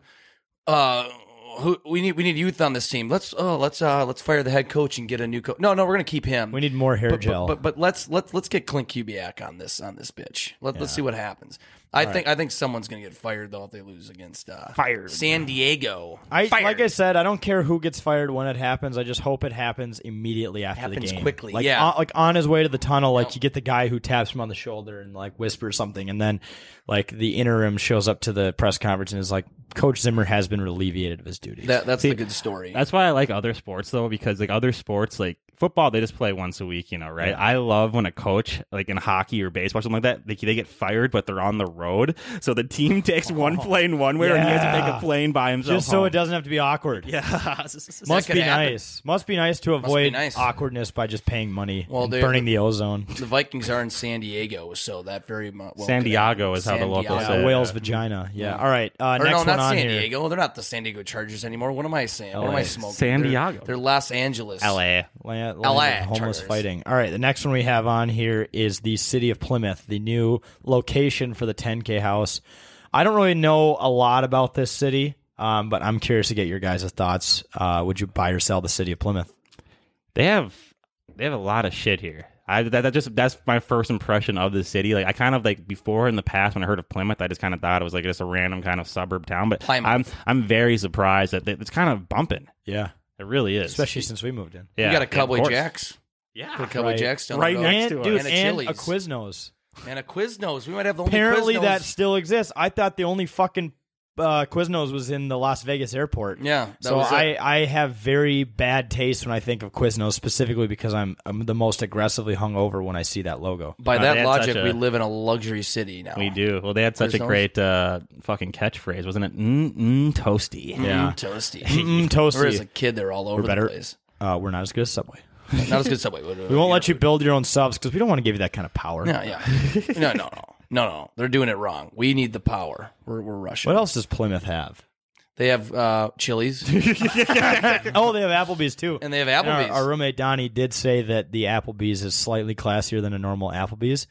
Uh, who, we need we need youth on this team. Let's oh let's uh let's fire the head coach and get a new coach. No, no, we're gonna keep him. We need more hair but, gel. But, but but let's let's let's get Clint Kubiak on this on this bitch. Let, Let's see what happens. I think I think someone's gonna get fired though if they lose against uh, Fired. San Diego. I fired. like I said, I don't care who gets fired when it happens. I just hope it happens immediately after Happens the game, quickly, Like yeah. on, like on his way to the tunnel, like you get the guy who taps him on the shoulder and like whispers something, and then like the interim shows up to the press conference and is like, "Coach Zimmer has been alleviated of his duties." that that's the good story. That's why I like other sports though, because like other sports, like football, they just play once a week, you know, right? I love when a coach, like in hockey or baseball, something like that, they, they get fired, but they're on the road, so the team takes one plane one way, and he has to Oh, yeah. take a plane by himself. just so it doesn't have to be awkward. Yeah, doesn't. must could be happen. nice. Must be nice to avoid nice. awkwardness by just paying money, Well, and they- burning the ozone. the Vikings are in San Diego, so that very much well San could Diego happen. is how the San locals Diego. say it. A whale's vagina. Yeah. All right. Uh, Or next no, one not on San here. Diego. They're not the San Diego Chargers anymore. What am I saying? What am LA. I smoking? San They're- Diego. They're, Los Angeles. LA. Land, LA land of homeless charters. fighting. All right, the next one we have on here is the city of Plymouth, the new location for the 10K house. I don't really know a lot about this city, um, but I'm curious to get your guys' thoughts. Uh, would you buy or sell the city of Plymouth? They have they have a lot of shit here. I that, that just that's my first impression of the city. Like I kind of like before in the past when I heard of Plymouth, I just kind of thought it was like just a random kind of suburb town. But Plymouth. I'm I'm very surprised that they, it's kind of bumping. Yeah, It really is, especially since we moved in. yeah, you got a of Cowboy course. Jacks. Yeah, Put Cowboy Jacks down Right the road. next And, to dude, And us. a and a Chili's. Quiznos. and a Quiznos. We might have the only Apparently, Quiznos. that still exists. I thought the only fucking uh, Quiznos was in the Las Vegas airport. Yeah, that so was it. I, I have very bad taste when I think of Quiznos, specifically because I'm I'm the most aggressively hungover when I see that logo. by Oh, that that's logic, such a- we live in a luxury city now. We do. Well, they had such a Quiznos. great uh, fucking catchphrase, wasn't it? Mm mm toasty. Mm, Yeah. toasty. Mm, Or as a toasty. kid, they're all over better- the place. Uh, we're not as good as Subway. Not as good subway. We won't let you build your own subs because we don't want to give you that kind of power. No, yeah, no, no, no, no, no. They're doing it wrong. We need the power. We're we're rushing. What else does Plymouth have? They have uh, Chili's oh, they have Applebee's too. and they have Applebee's. Our, our roommate Donnie did say that the Applebee's is slightly classier than a normal Applebee's.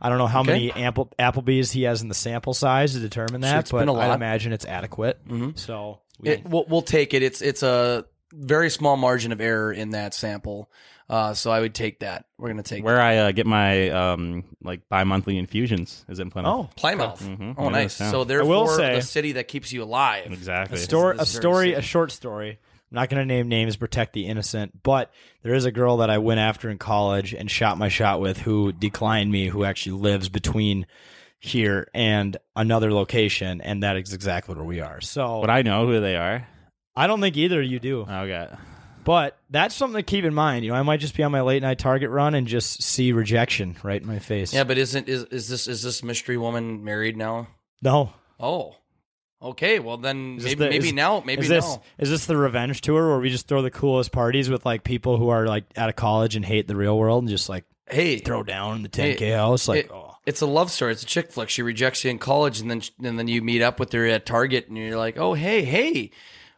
I don't know how Okay. many ample, Applebee's he has in the sample size to determine that, it's but been a I lot. Mm-hmm. imagine it's adequate. So we, It, we'll, we'll take it. It's it's a very small margin of error in that sample. Uh, so I would take that. We're gonna Mm-hmm. take Where I uh, get my um like bi monthly infusions is in Plymouth. oh, Plymouth. Mhm. Oh, Yeah, nice. yeah. So therefore, say- the city that keeps you alive. exactly. story, a This is very story, sad. a short story. I'm not going to name names, protect the innocent, but there is a girl that I went after in college and shot my shot with who declined me, who actually lives between here and another location, and that is exactly where we are. So But I know who they are. Oh, I don't think either of you do. Okay. But that's something to keep in mind. You know, I might just be on my late night target run and just see rejection right in my face. Yeah, but isn't is, is this is this mystery woman married now? No. Oh, okay. Well, then Is this maybe the- maybe is- now maybe is this, now. Is this the revenge tour where we just throw the coolest parties with like people who are like out of college and hate the real world and just like Hey, throw down in the 10K hey, house? Like, it- oh. it's a love story. It's a chick flick. She rejects you in college, and then and then you meet up with her at Target, and you're like, oh hey hey,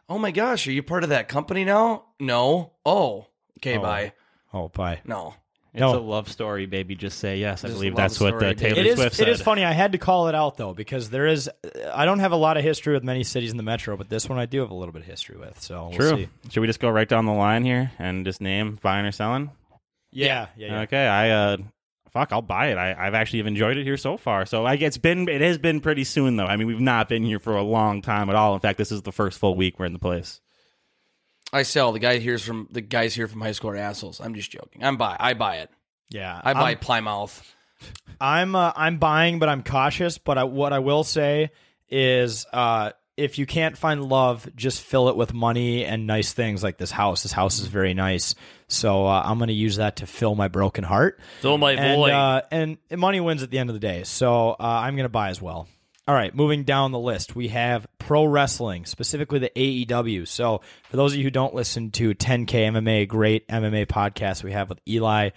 oh my gosh, are you part of that company now? No. Oh, okay, Oh. bye. Oh, bye. No. It's No. a love story, baby. Just say yes. I Just believe love that's what story, uh, Taylor It is, Swift it said. is funny. I had to call it out though because there is. I don't have a lot of history with many cities in the metro, but this one I do have a little bit of history with. So we'll True. see. Should we just go right down the line here and just name buying or selling? Yeah, yeah, yeah. Okay. I uh, fuck. I'll buy it. I, I've actually have enjoyed it here so far. So like it's been it has been pretty soon though. I mean we've not been here for a long time at all. In fact, this is the first full week we're in the place. I sell. The guy here's from the guys here from high school are assholes. I'm just joking. I'm buy. I buy it. yeah. I buy I'm- Plymouth. I'm uh, I'm buying, but I'm cautious. But I, what I will say is, uh, if you can't find love, just fill it with money and nice things like this house. This house is very nice, so uh, I'm going to use that to fill my broken heart. Fill my and, Uh, and money wins at the end of the day, so uh, I'm going to buy as well. All right, moving down the list, we have pro wrestling, specifically the AEW. So, for those of you who don't listen to 10K MMA, a great MMA podcast we have with Eli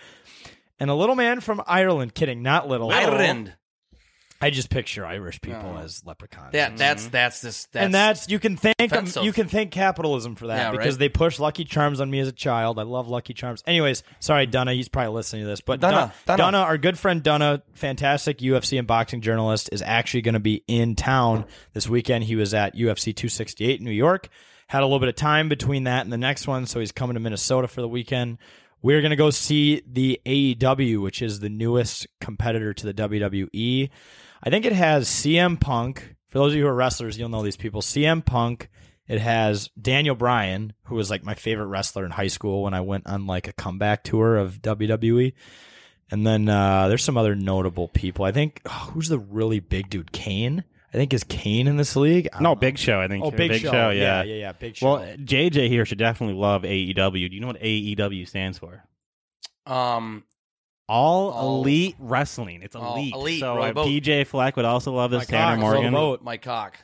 and a little man from Ireland. Kidding, not little. Ireland. Oh. I just picture Irish people as leprechauns. That that's that's this. That's, Mm-hmm. and that's you can thank offensive. you can thank capitalism for that Yeah, because right. they pushed Lucky Charms on me as a child. I love Lucky Charms. Anyways, sorry Dunna, he's probably listening to this, but Dunna, Dunna, Dunna, Dunna. our good friend Dunna, fantastic UFC and boxing journalist, is actually going to be in town this weekend. He was at UFC 268 in New York. Had a little bit of time between that and the next one, so he's coming to Minnesota for the weekend. We're going to go see the AEW, which is the newest competitor to the WWE. I think it has CM Punk. For those of you who are wrestlers, you'll know these people. CM Punk. It has Daniel Bryan, who was like my favorite wrestler in high school when I went on like a comeback tour of E. WWE. And then uh, there's some other notable people. I think oh, who's the really big dude? Kane. I think is Kane in this league. I No, don't know. Big Show. I think. Oh, Big Show. Yeah, Yeah. yeah, yeah, Big Well, Show. JJ here should definitely love AEW. Do you know what AEW stands for? Um, All, All- Elite Wrestling. It's All elite. Oh. Elite, So row uh, boat. PJ Fleck would also love this. Mike Tanner Hawk is on the Morgan. boat. Mike Hawk.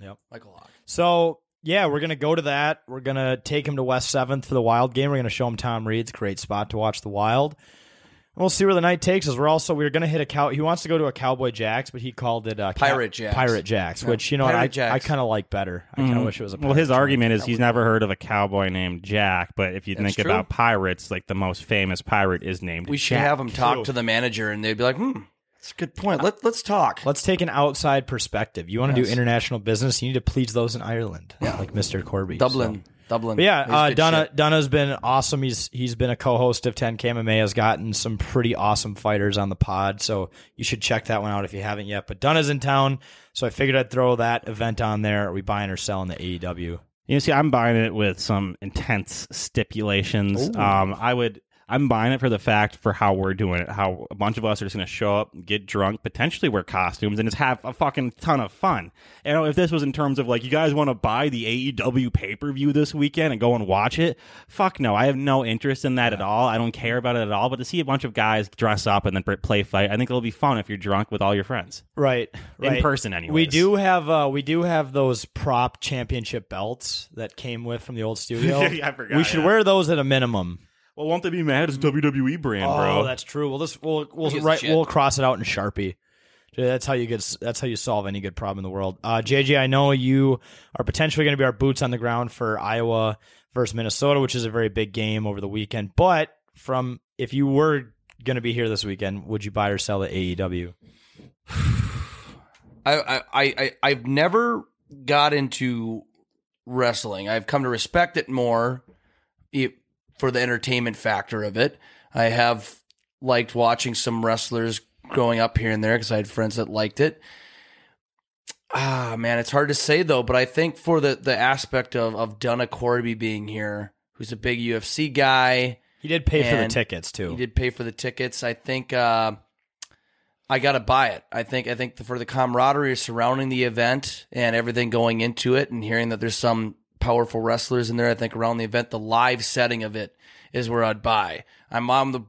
Yep. Michael Hawk. So yeah, we're gonna go to that. We're gonna take him to West Seventh for the Wild game. We're gonna show him Tom Reed's great spot to watch the Wild. And we'll see where the night takes us. We're also we're gonna hit a cow. He wants to go to a Cowboy Jacks, but he called it uh, Pirate Jacks. Pirate Jacks, Yeah, which you know Pirate I Jacks. I kind of like better. I kind of wish it was a. Mm-hmm. Well, his Pirate argument is he's never heard of a cowboy named Jack, but if you That's think true. about pirates, like the most famous pirate is named We should Jack. have him talk to the manager, and they'd be like, "Hmm, that's a good point. Let Let's talk." Let's take an outside perspective. You want to Yes. do international business, you need to please those in Ireland, like Mr. Corby. Dublin, So- Dublin. But yeah, He's uh, good Donna shit. Donna's been awesome. He's he's been a co-host of 10 MMA, has gotten some pretty awesome fighters on the pod, so you should check that one out if you haven't yet. But Donna's in town, so I figured I'd throw that event on there. Are we buying or selling the E AEW? You see, I'm buying it with some intense stipulations. Um, I would. I'm buying it for the fact for how we're doing it. How a bunch of us are just going to show up, get drunk, potentially wear costumes, and just have a fucking ton of fun. You know, if this was in terms of like, you guys want to buy the AEW pay per view this weekend and go and watch it? Fuck no, I have no interest in that at all. I don't care about it at all. But to see a bunch of guys dress up and then play fight, I think it'll be fun if you're drunk with all your friends. Right, In right. person, anyways. We do have uh, we do have those prop championship belts that came with from the old studio. Yeah, I forgot, We should yeah. wear those at a minimum. Well, won't they be mad? It's WWE brand, Oh, that's true. We'll just we'll we'll Who gives a right shit? we'll cross it out in Sharpie. Dude, that's how you get. s- That's how you solve any good problem in the world. Uh, JJ, I know you are potentially going to be our boots on the ground for Iowa versus Minnesota, which is a very big game over the weekend. But from if you were going to be here this weekend, would you buy or sell E at AEW? I, I, I, I, I've never got into wrestling. I've come to respect it more it, for the entertainment factor of it. I have liked watching some wrestlers growing up here and there because I had friends that liked it. Ah, man, it's hard to say though, but I think for the, the aspect of, of Dunna Corby being here, who's a big UFC guy, He did pay for the And tickets too. he did pay for the tickets. I think uh, I got to buy it. I think I think for the camaraderie surrounding the event and everything going into it, and hearing that there's some powerful wrestlers in there. I think around the event, the live setting of it is where I'd buy. I'm on the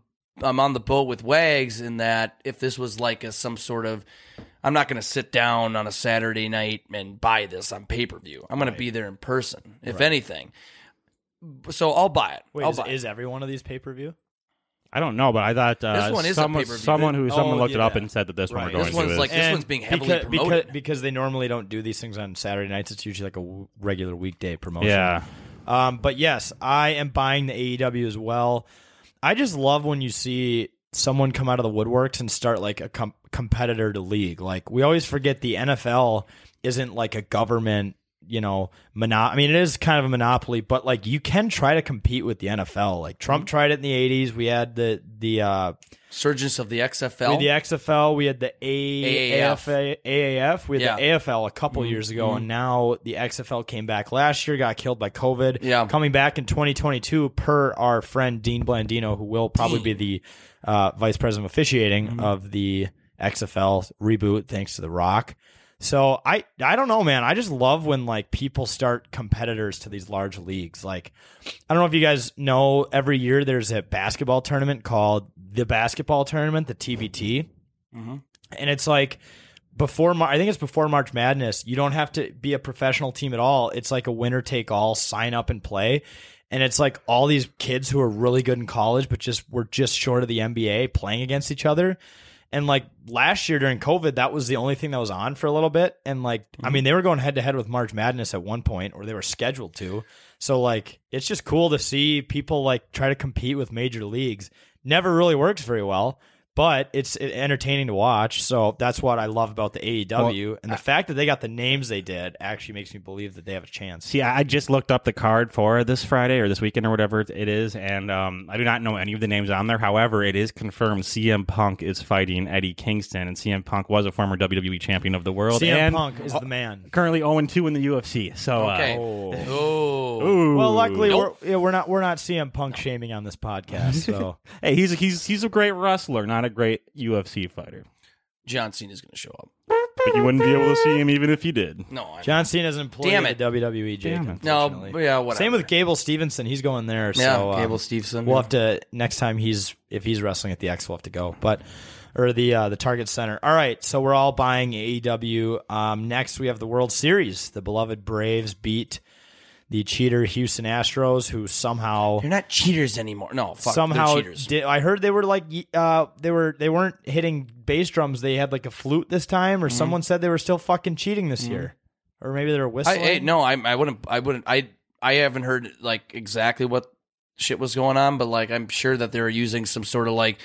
I'm on the boat with Wags in that if this was like a some sort of I'm not going to sit down on a Saturday night and buy this on pay per view. I'm going to be there in person, if anything. So I'll buy it. Wait, I'll is, buy it. is every one of these pay per view? I don't know, but I thought uh, This one is a someone, pay-per-view. someone who Oh, someone looked it up yeah. and said that this one Right. we're going This to one's is- like- this one's being heavily because, promoted. because because they normally don't do these things on Saturday nights. It's usually like a w- regular weekday promotion. yeah. Um, but yes, I am buying the AEW as well. I just love when you see someone come out of the woodworks and start like a com- competitor to league. Like we always forget the NFL isn't like a government, you know, mono- I mean, it is kind of a monopoly, but like you can try to compete with the NFL. Like Trump tried it in the '80s. We had the the uh, Surgeons of the we XFL. had the XFL, we had the A- Mm-hmm. AAF. AAF, AAF, we had Yeah. the AFL a couple years ago, and now the XFL came back last year, got killed by COVID. Yeah. coming back in 2022, per our friend Dean Blandino, who will probably be the uh, vice president of officiating of the XFL reboot, thanks to The Rock. So I I don't know, man. I just love when like people start competitors to these large leagues. Like I don't know if you guys know, every year there's a basketball tournament called the basketball tournament, the TBT, and it's like before Mar- I think it's before March Madness. You don't have to be a professional team at all. It's like a winner take all, sign up and play. And it's like all these kids who are really good in college, but just were just short of the NBA playing against each other. And like last year during COVID, that was the only thing that was on for a little bit. And like, I mean, they were going head to head with March Madness at one point, or they were scheduled to. So like, it's just cool to see people like try to compete with major leagues. Never really works very well but it's e, entertaining to watch. So that's what I love about the AEW, and the fact that they got the names they did actually makes me believe that they have a chance. See, I I just looked up the card for this Friday or this weekend or whatever it is, and um, I do not know any of the names on there. However, it is confirmed CM Punk is fighting Eddie Kingston, and CM Punk was a former WWE champion of the world. CM and Punk is the man. Currently 0 2 in the UFC. So, uh, Okay. Oh. ooh. Well, luckily we're yeah, we're not we're not CM Punk shaming on this podcast. So hey, he's, he's, he's a great wrestler, not a great UFC fighter. John Cena's going to show up. But you wouldn't be able to see him even if you did. No, I'm John Cena's an employee Damn of it. the WWE. Jake, Damn it. No, unfortunately. yeah, whatever. Same with Gable Stevenson. He's going there. Yeah, so, um, Gable Stevenson. We'll have to next time he's if he's wrestling at the X, we'll have to go. But or the uh, the Target Center. All right, so we're all buying AEW. Um, next, we have the World Series. The beloved Braves beat the cheater Houston Astros, who somehow You're not cheaters anymore. No, fuck. somehow they're cheaters. did, I heard they were like y- uh, they were they weren't hitting bass drums. They had like a flute this time, or Mm-hmm. someone said they were still fucking cheating this year, or maybe they were I, whistling. hey, no, I, I wouldn't. I wouldn't. I I haven't heard like exactly what shit was going on, but like I'm sure that they were using some sort of like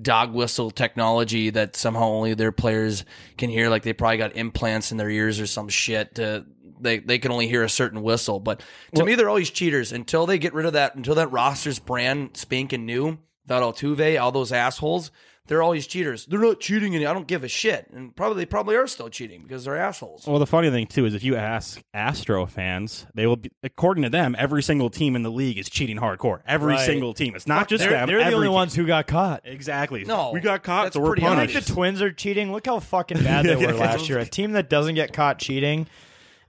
dog whistle technology that somehow only their players can hear. Like they probably got implants in their ears or some shit. To, they they can only hear a certain whistle. But to me, they're always cheaters until they get rid of that. Until that roster's brand spanking new. That Altuve, all those assholes. They're always cheaters. They're not cheating, and I don't give a shit. And probably they probably are still cheating because they're assholes. Well, the funny thing too is if you ask Astro fans, they will be according to them, every single team in the league is cheating hardcore. Every Right. single team. It's not just they're, them. they're the every only team. ones who got caught. Exactly. No, we got caught, that's so we're pretty punished. I think the Twins are cheating. Look how fucking bad they were last year. A team that doesn't get caught cheating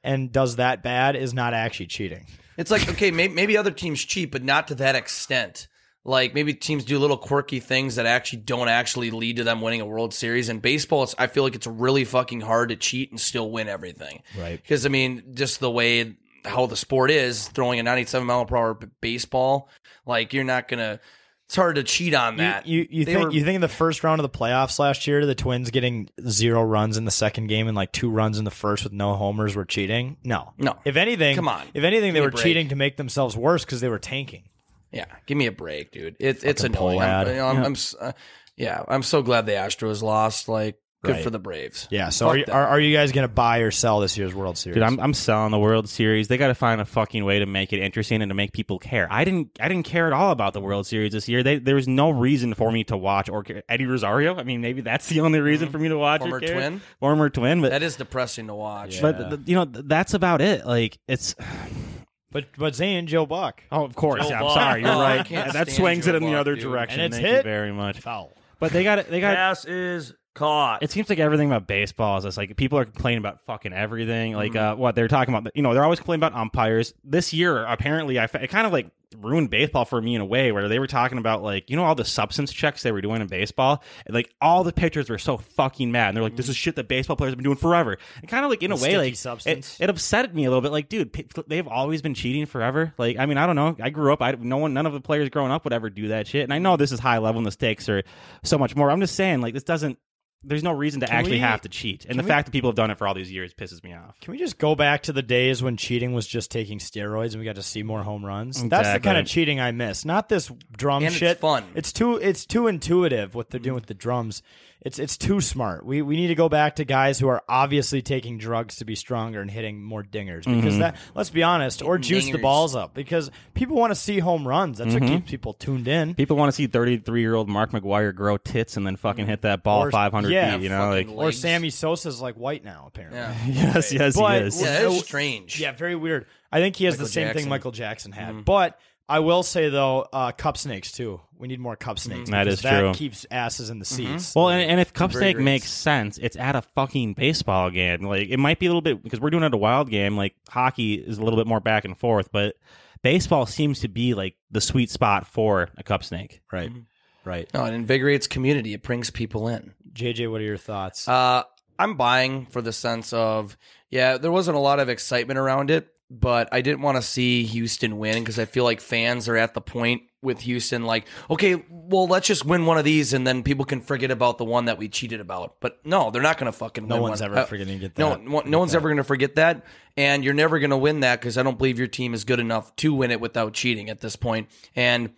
and does that bad is not actually cheating. It's like okay, maybe, maybe other teams cheat, but not to that extent. Like maybe teams do little quirky things that actually don't actually lead to them winning a World Series. And baseball, it's, I feel like it's really fucking hard to cheat and still win everything. Right. Because I mean, just the way how the sport is, throwing a 97 mile per hour b- baseball, like you're not gonna. It's hard to cheat on that. You, you, you They think were- you think in the first round of the playoffs last year, the Twins getting zero runs in the second game and like two runs in the first with no homers were cheating? No, No. If anything, Come on. If anything, they Give me a were break. cheating to make themselves worse because they were tanking. Yeah, give me a break, dude. It's it's Fucking annoying. Polad. I'm, you know, I'm, I'm s- uh, yeah, I'm so glad the Astros lost. Like, good Right. for the Braves. Yeah. So Fuck are, you- them. are are you guys gonna buy or sell this year's World Series? Dude, I'm, I'm selling the World Series. They got to find a fucking way to make it interesting and to make people care. I didn't I didn't care at all about the World Series this year. They, there was no reason for me to watch or care. Eddie Rosario. I mean, maybe that's the only reason for me to watch. or Former care. twin? former twin. But That is depressing to watch. but th- th- you know th- that's about it. Like it's but but Zane Joe Buck Oh, of course. Joe Yeah, I'm Buck. sorry. You're Oh, I right. can't Yeah, that stand swings Joe it in the Buck, other dude. direction. And it's Thank hit. you very much. foul. But they got it. They got. Pass is caught. It seems like everything about baseball is just like people are complaining about fucking everything. Like Mm-hmm. uh, what they're talking about. You know, they're always complaining about umpires. This year, apparently, I fa- it kind of like ruined baseball for me in a way where they were talking about like you know all the substance checks they were doing in baseball. And, like all the pitchers were so fucking mad. And they're like, this is shit that baseball players have been doing forever. And kind of like in a Mm-hmm. The way, sticky like substance. It, it upset me a little bit. Like, dude, p- they've always been cheating forever. Like, I mean, I don't know. I grew up. I no one, none of the players growing up would ever do that shit. And I know this is high level, and the stakes are so much more. I'm just saying, like, this doesn't. There's no reason to actually we- have to cheat. And the fact that people have done it for all these years pisses me off. Can we just go back to the days when cheating was just taking steroids and we got to see more home runs? That's the Exactly. kind of cheating I miss. Not this drum And it's shit. fun. It's too it's too intuitive what Mm-hmm. they're doing with the drums. It's it's too smart. We we need to go back to guys who are obviously taking drugs to be stronger and hitting more dingers because Mm-hmm. that let's be honest or juice the dingers. balls up because people want to see home runs. That's what keeps people tuned in. Mm-hmm. People want to see 33 year old Mark McGuire grow tits and then fucking hit that ball Or- 500 yeah, feet. You know, like fucking Or legs. Sammy Sosa's like white now apparently. Yeah. yes, yes, But- yes. Yeah, that's strange. Yeah, very weird. I think he has the Michael same thing Jackson. Mm-hmm. Michael Jackson had. But I will say though, uh, cup snakes too. We need more cup Mm-hmm. snakes. That because is that true. Keeps asses in the seats. Well, and, and if Cup Great Snake rates. makes sense, it's at a fucking baseball game. Like it might be a little bit because we're doing it at a wild game. Like hockey is a little bit more back and forth, but baseball seems to be like the sweet spot for a Cup Snake. right, right. No, it invigorates community. It brings people in. JJ, what are your thoughts? Uh, I'm buying for the sense of yeah, there wasn't a lot of excitement around it, but I didn't want to see Houston win because I feel like fans are at the point with Houston like, okay, well, let's just win one of these and then people can forget about the one that we cheated about. But no, they're not going to fucking No win one's one. Uh, ever forgetting to get No, that. no, no one's ever going to forget that and you're never going to win that cuz I don't believe your team is good enough to win it without cheating at this point. And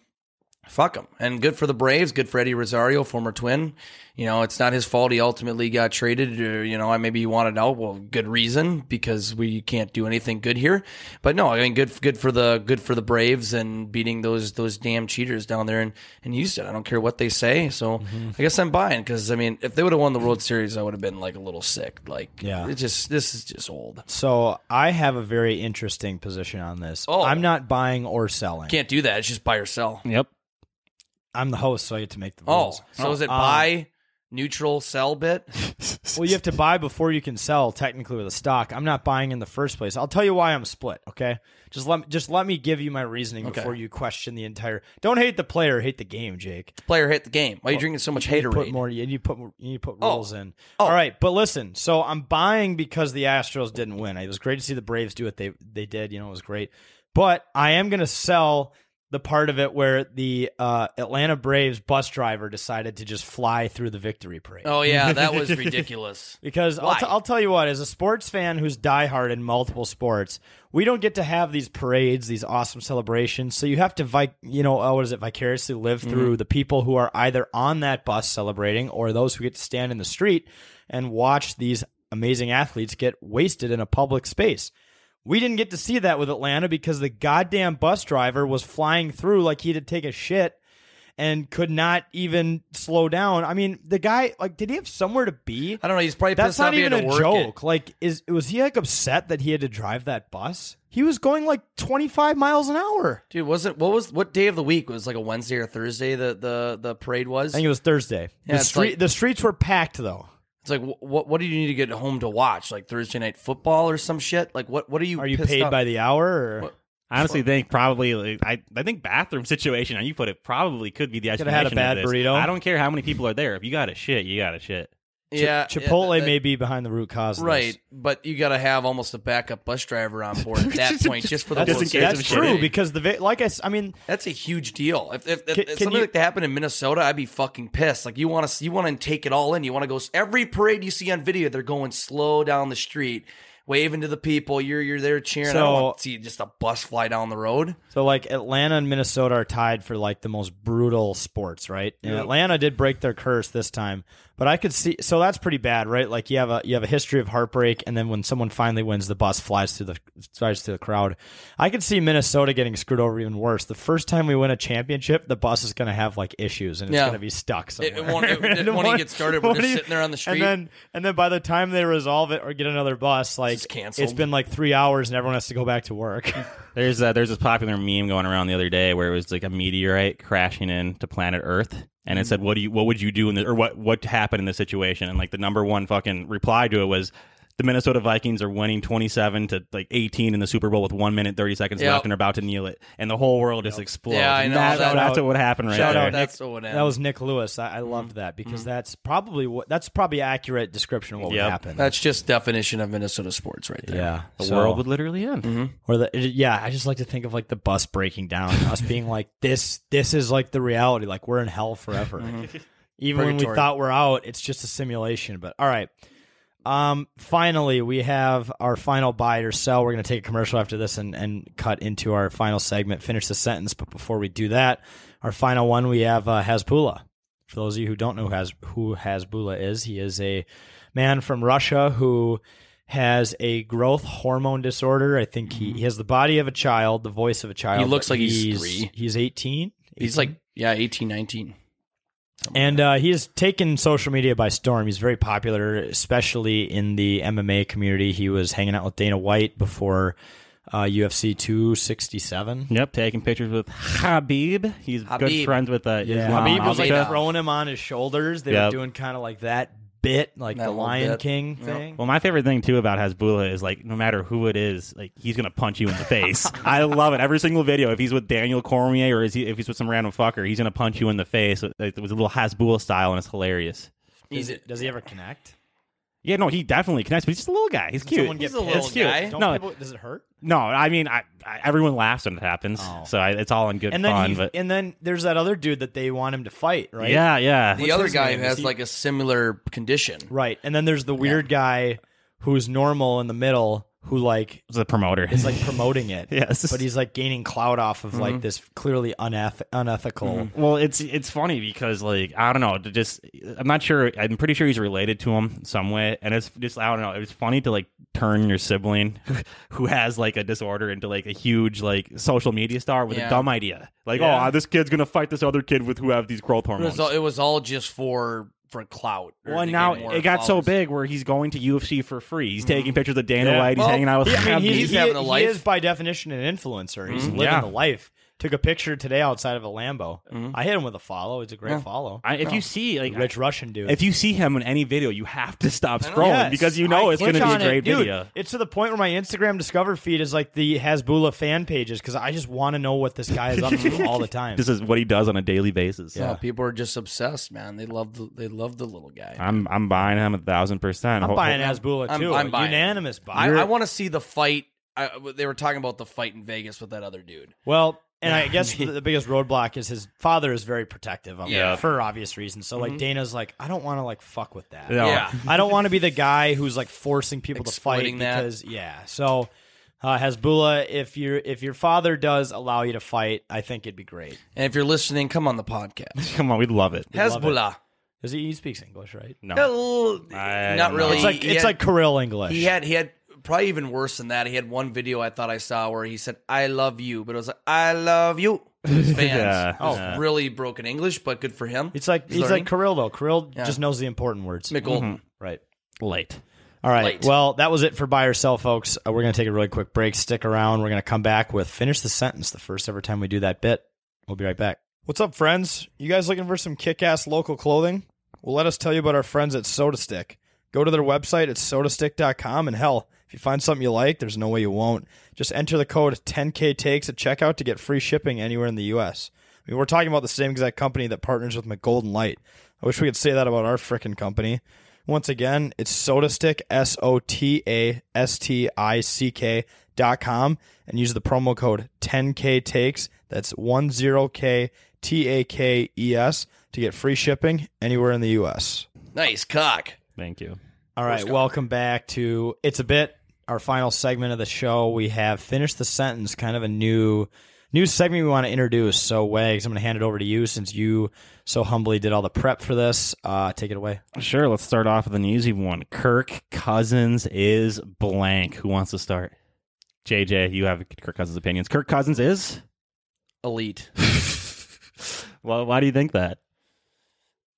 fuck him. And good for the Braves, good for Eddie Rosario, former twin. You know, it's not his fault he ultimately got traded. Or, you know, I maybe he wanted out. Well, good reason because we can't do anything good here. But no, I mean, good, good for the good for the Braves and beating those those damn cheaters down there in, in Houston. I don't care what they say. So Mm-hmm. I guess I'm buying because I mean, if they would have won the World Series, I would have been like a little sick. Like, Yeah. it's just this is just old. So I have a very interesting position on this. Oh. I'm not buying or selling. Can't do that. It's just buy or sell. Yep. I'm the host, so I get to make the Oh, rules. so is it Uh, buy, neutral, sell bit? Well, you have to buy before you can sell, technically, with a stock. I'm not buying in the first place. I'll tell you why I'm split. Okay, just let just let me give you my reasoning Okay. before you question the entire. Don't hate the player, hate the game, Jake. Player hit the game. Why are you drinking so much You put haterade? more. You you put more- you put Oh. rules in. All right, but listen. So I'm buying because the Astros didn't win. It was great to see the Braves do what they they did. You know, it was great. But I am gonna sell the part of it where the uh, Atlanta Braves bus driver decided to just fly through the victory parade. Oh yeah, that was ridiculous. Because I'll, Why? t- I'll tell you what, as a sports fan who's diehard in multiple sports, we don't get to have these parades, these awesome celebrations. So you have to, vi- you know, uh, what is it, vicariously live through the people who are either on that bus celebrating or those who get to stand in the street and watch these amazing athletes get wasted in a public space. We didn't get to see that with Atlanta because the goddamn bus driver was flying through like he would take a shit and could not even slow down. I mean, the guy like did he have somewhere to be? I don't know. He's probably That's pissed off not he had even to a work joke. Like, is was he like upset that he had to drive that bus? He was going like twenty five miles an hour. It. Dude, wasn't what was what day of the week It was like a Wednesday or Thursday the the the parade was? I think it was Thursday. Yeah, the, it's street, like- the streets were packed though. It's like wh- what what do you need to get home to watch? Like Thursday night football or some shit? Like what what are you Are you pissed paid off- by the hour? Or What- Honestly, think probably like, I I think bathroom situation. How you put it probably could be the Could've explanation. had a bad of this. burrito. I don't care how many people are there. If you got a shit, you got a shit. Chi- uh, yeah, yeah, Chipotle that- may be behind the root cause. Of Right, this. but you got to have almost a backup bus driver on board at that point, just for the That's, World case Series that's of true parade. because the vi- like I, s- I mean That's a huge deal. If, if, if, Can- if can something you- like that happened in Minnesota, I'd be fucking pissed. Like you want to, you want to take it all in. You want to go s- every parade you see on video. They're going slow down the street, waving to the people. You're you're there cheering. I don't So- want to see just a bus fly down the road. So like Atlanta and Minnesota are tied for like the most brutal sports, right? And Atlanta did break their curse this time, but I could see so that's pretty bad, right? Like you have a you have a history of heartbreak, and then when someone finally wins, the bus flies through the flies through the crowd. I could see Minnesota getting screwed over even worse. The first time we win a championship, the bus is going to have like issues and it's Yeah. going to be stuck somewhere. It- it won't- it- it And won't even one- get started. We're one just of you- sitting there on the street. and then and then by the time they resolve it or get another bus, like just canceled. it's been like three hours and everyone has to go back to work. There's uh, there's this popular meme going around the other day where it was like a meteorite crashing into planet Earth, and Mm. it said, "What do you? What would you do in the or what what happened in this situation?" And like the number one fucking reply to it was. The Minnesota Vikings are winning 27 to like 18 in the Super Bowl with one minute 30 seconds Yep. left and are about to kneel it, and the whole world just explodes. Yeah, I And know that's, that. that's what happened right Shout there. out. That's what That was Nick Lewis. I, I loved that because that's probably what that's probably accurate description of what Yep. would happen. That's just definition of Minnesota sports right there. yeah, The So- world would literally end. Mm. or the yeah. I just like to think of like the bus breaking down, and us being like this. This is like the reality. Like we're in hell forever. Even when we Purgatory. thought we're out, it's just a simulation. But all right. Um. Finally, we have our final buy or sell. We're going to take a commercial after this and and cut into our final segment. Finish the sentence. But before we do that, our final one we have uh, Hasbula. For those of you who don't know who, Has- who Hasbula is, he is a man from Russia who has a growth hormone disorder. I think he, he has the body of a child, the voice of a child. Mm-hmm. He looks but like he's three. He's 18. He's like yeah, 18, 19. And uh, he has taken social media by storm. He's very popular, especially in the MMA community. He was hanging out with Dana White before uh, UFC 267. Yep, taking pictures with Habib. He's good Habib. friends with uh, Yeah, Islam Habib was like Makhachev. throwing him on his shoulders. They Yep. were doing kind of like that bit, like That the little Lion bit. King Yep. thing. Well, my favorite thing too about Hasbullah is like no matter who it is, like he's gonna punch you in the face. I love it. Every single video, if he's with Daniel Cormier or is he if he's with some random fucker, he's gonna punch you in the face with, like, with a little Hasbullah style, and it's hilarious. He's Does- does he ever connect? Yeah, no, he definitely connects, but he's just a little guy. He's cute. Someone get He's a pissed? little It's cute. guy. Don't No. people- does it hurt? no, I mean, I, I everyone laughs when it happens, Oh. so I, it's all in good And then fun. he, but and then there's that other dude that they want him to fight, right? yeah, yeah, the other his guy name? who Is has he- like a similar condition. Right. And then there's the weird guy who's normal in the middle who like the promoter is like promoting it. Yes. but he's like gaining clout off of like Mhm. this clearly uneth- unethical. Well, it's it's funny because like I don't know, to just I'm not sure. I'm pretty sure he's related to him some way, and it's just I don't know. It's funny to like turn your sibling who has like a disorder into like a huge like social media star with Yeah. a dumb idea. Like, Yeah. oh, this kid's gonna fight this other kid with who have these growth It hormones. was, all, it was all just for for clout. or Well, to now get more it got so followers. big where he's going to UFC for free. He's taking pictures of Dana Mm-hmm. Yeah. White. He's Well, hanging out with. I mean, Habib. he, he- he is by definition an influencer. He's Mhm. living Yeah. Mm-hmm. the life. Took a picture today outside of a Lambo. I hit him with a follow. It's a great Yeah. follow. I- if you see like rich Russian dude, If you see him in any video, you have to stop know. scrolling Yes. because you know I it's going to click be a on it. great Dude, video. It's to the point where my Instagram Discover feed is like the Hasbullah fan pages because I just want to know what this guy is up to all the time. This is what he does on a daily basis. Yeah, people are just obsessed, man. They love the they love the little guy. I'm I'm buying him a thousand percent. I'm buying Hasbullah I'm- too. I'm buying it. Unanimous buy. I, I want to see the fight. I, they were talking about the fight in Vegas with that other dude. Well, and I guess the, the biggest roadblock is his father is very protective of him Yeah. for obvious reasons. So like Mhm. Dana's like, I don't want to like fuck with that. No. Yeah. I don't want to be the guy who's like forcing people to fight Exploiting that. because yeah. So uh, Hasbullah, if your if your father does allow you to fight, I think it'd be great. And if you're listening, come on the podcast. Come on, we'd love it. We'd love it. Hezbollah. Is he, he speaks English, right? No, Hell- not really. It's like He it's had- like Kirill English. He had he had probably even worse than that. He had one video I thought I saw where he said "I love you," but it was like "I love you." to His fans. Yeah. It was Yeah. really broken English, but good for him. It's like He's he's, like Mm-hmm. learning. Kirill though. Kirill Yeah. just knows the important words. McGolden. Right. late. All right. Late. Well, that was it for buy or sell, folks. Uh, We're going to take a really quick break. Stick around. We're going to come back with finish the sentence the first ever time we do that bit. We'll be right back. What's up, friends? You guys looking for some kick ass local clothing? Well, let us tell you about our friends at Soda Stick. Go to their website at sodastick.com. And hell, if you find something you like, there's no way you won't. Just enter the code 10K Takes at checkout to get free shipping anywhere in the U.S. I mean, we're talking about the same exact company that partners with McGolden Light. I wish we could say that about our frickin' company. Once again, it's SodaStick, S O T A S T I C K dot com, and use the promo code 10K Takes. That's 10K T A K E S to get free shipping anywhere in the U.S. nice cock. Thank you. All right, welcome back to It's a Bit, our final segment of the show. We have finished the sentence, kind of a new new segment we want to introduce. So, Wags, I'm going to hand it over to you since you so humbly did all the prep for this. Uh, take it away. Sure. Let's start off with an easy one. Kirk Cousins is blank. Who wants to start? JJ, you have Kirk Cousins' opinions. Kirk Cousins is. Elite. Well, why do you think that?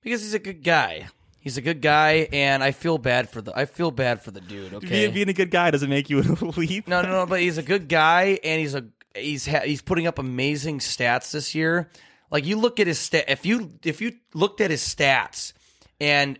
Because he's a good guy. He's a good guy, and I feel bad for the I feel bad for the dude. Okay. Being, being a good guy doesn't make you an elite. No, no, no. But he's a good guy, and he's a he's ha- he's putting up amazing stats this year. Like you look at his stat, if you if you looked at his stats, and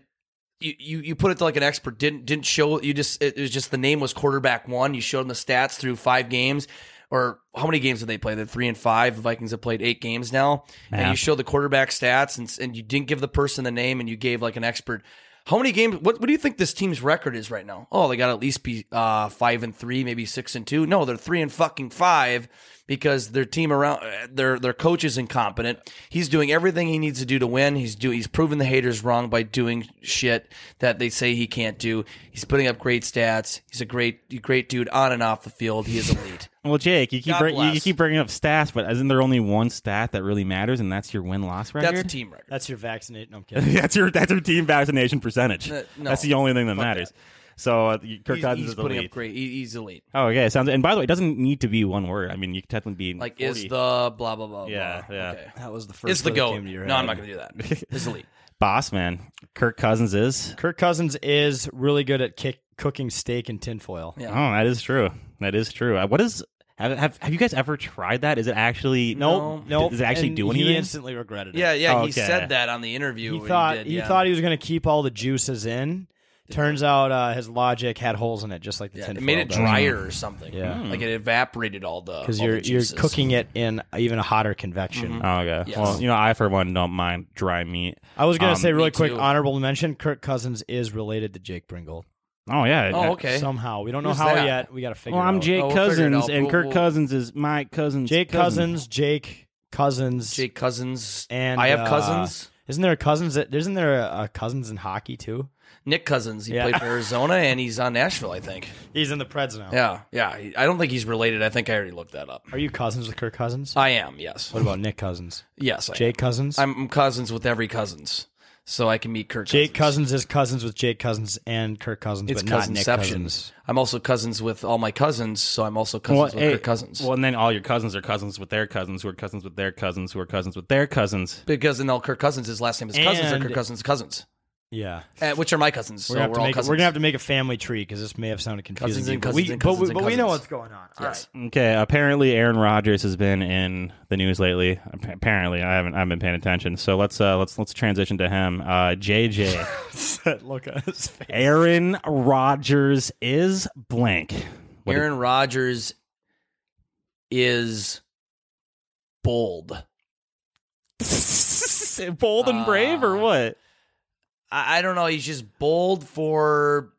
you you, you put it to like an expert didn't didn't show you just it was just the name was quarterback one. You showed him the stats through five games. Or how many games did they play? They're three and five. The Vikings have played eight games now, and you Math. show the quarterback stats, and, and you didn't give the person the name, and you gave like an expert. How many games? What, what do you think this team's record is right now? Oh, they got to at least be uh, five and three, maybe six and two. No, they're three and fucking five because their team around uh, their their coach is incompetent. He's doing everything he needs to do to win. He's do he's proven the haters wrong by doing shit that they say he can't do. He's putting up great stats. He's a great great dude on and off the field. He is elite. Well, Jake, you keep God bring, you- you bless. keep bringing up stats, but isn't there only one stat that really matters, and that's your win loss record? That's a team record. That's your vaccinate. No, I'm kidding. that's your that's your team vaccination percentage. Uh, no. That's the only thing that matters. So uh, Kirk He's, Cousins he's is the putting lead. up great. He, he's elite. Oh, okay. Sounds. And by the way, it doesn't need to be one word. I mean, you could technically be Like 40. is the blah blah blah. blah. Yeah, yeah. Okay. That was the first. Is the word that goat? came to your No, head. I'm not going to do that. Is elite. boss man. Kirk Cousins is. Kirk Cousins is really good at kick, cooking steak in tinfoil. Yeah. Oh, that is true. That is true. Uh, What is have have have you guys ever tried that? Is it actually No, Does- no. Does it actually and do He anything? instantly regretted it. Yeah, yeah. He Okay. said that on the interview. He when thought he, did, yeah. thought he was going to keep all the juices in. Turns out uh, his logic had holes in it, just like the Yeah, it tinfoil. made it does. Mm-hmm. drier or something. Yeah. Hmm. like it evaporated all the because all you're the you're juices. Mm-hmm. cooking it in even a hotter convection. Oh, okay. Yes. Well, you know, I for one don't mind dry meat. I was gonna Um, say really me quick too. honorable mention: Kirk Cousins is related to Jake Bringle Oh yeah. Oh, okay. somehow. We don't know Who's how that? yet. We got to figure. Well, it I'm out. Jake Oh, we'll figure it Cousins, out. and We'll- Kirk we'll- Cousins is my cousin's Jake cousin. Cousins, Jake Cousins, Jake Cousins And, I uh, have cousins. Isn't there a cousins? That, isn't there a, a cousins in hockey too? Nick Cousins. He Yeah. played for Arizona and he's on Nashville, I think. He's in the Preds now. Yeah, yeah. He- I don't think he's related. I think I already looked that up. Are you cousins with Kirk Cousins? I am. Yes. What about Nick Cousins? Yes. I Jake Cousins. am. I'm cousins with every cousins, so I can meet Kirk. Jake Cousins is cousins with Jake Cousins and Kirk Cousins, It's but not Nick cousinception. Cousins. I'm also cousins with all my cousins, so I'm also cousins with hey, Kirk Cousins. Well, and then all your cousins are cousins with their cousins, who are cousins with their cousins, who are cousins with their cousins. because in all Kirk Cousins, his last name is Cousins or And- Kirk Cousins' cousins, Yeah. uh, which are my cousins. We're so gonna, we're have to all make, cousins. we're gonna have to make a family tree because this may have sounded confusing. Cousins to you, and but cousins we, and but, cousins we, and but we know cousins. what's going on. All Yes. right. Okay, apparently Aaron Rodgers has been in the news lately. Ap- Apparently, I haven't I haven't been paying attention. So let's uh, let's let's transition to him. Uh, JJ, Look at his face. Aaron Rodgers is blank. What Aaron Rodgers is bold. did- bold and brave or Uh, what? I, I don't know. He's just bold for.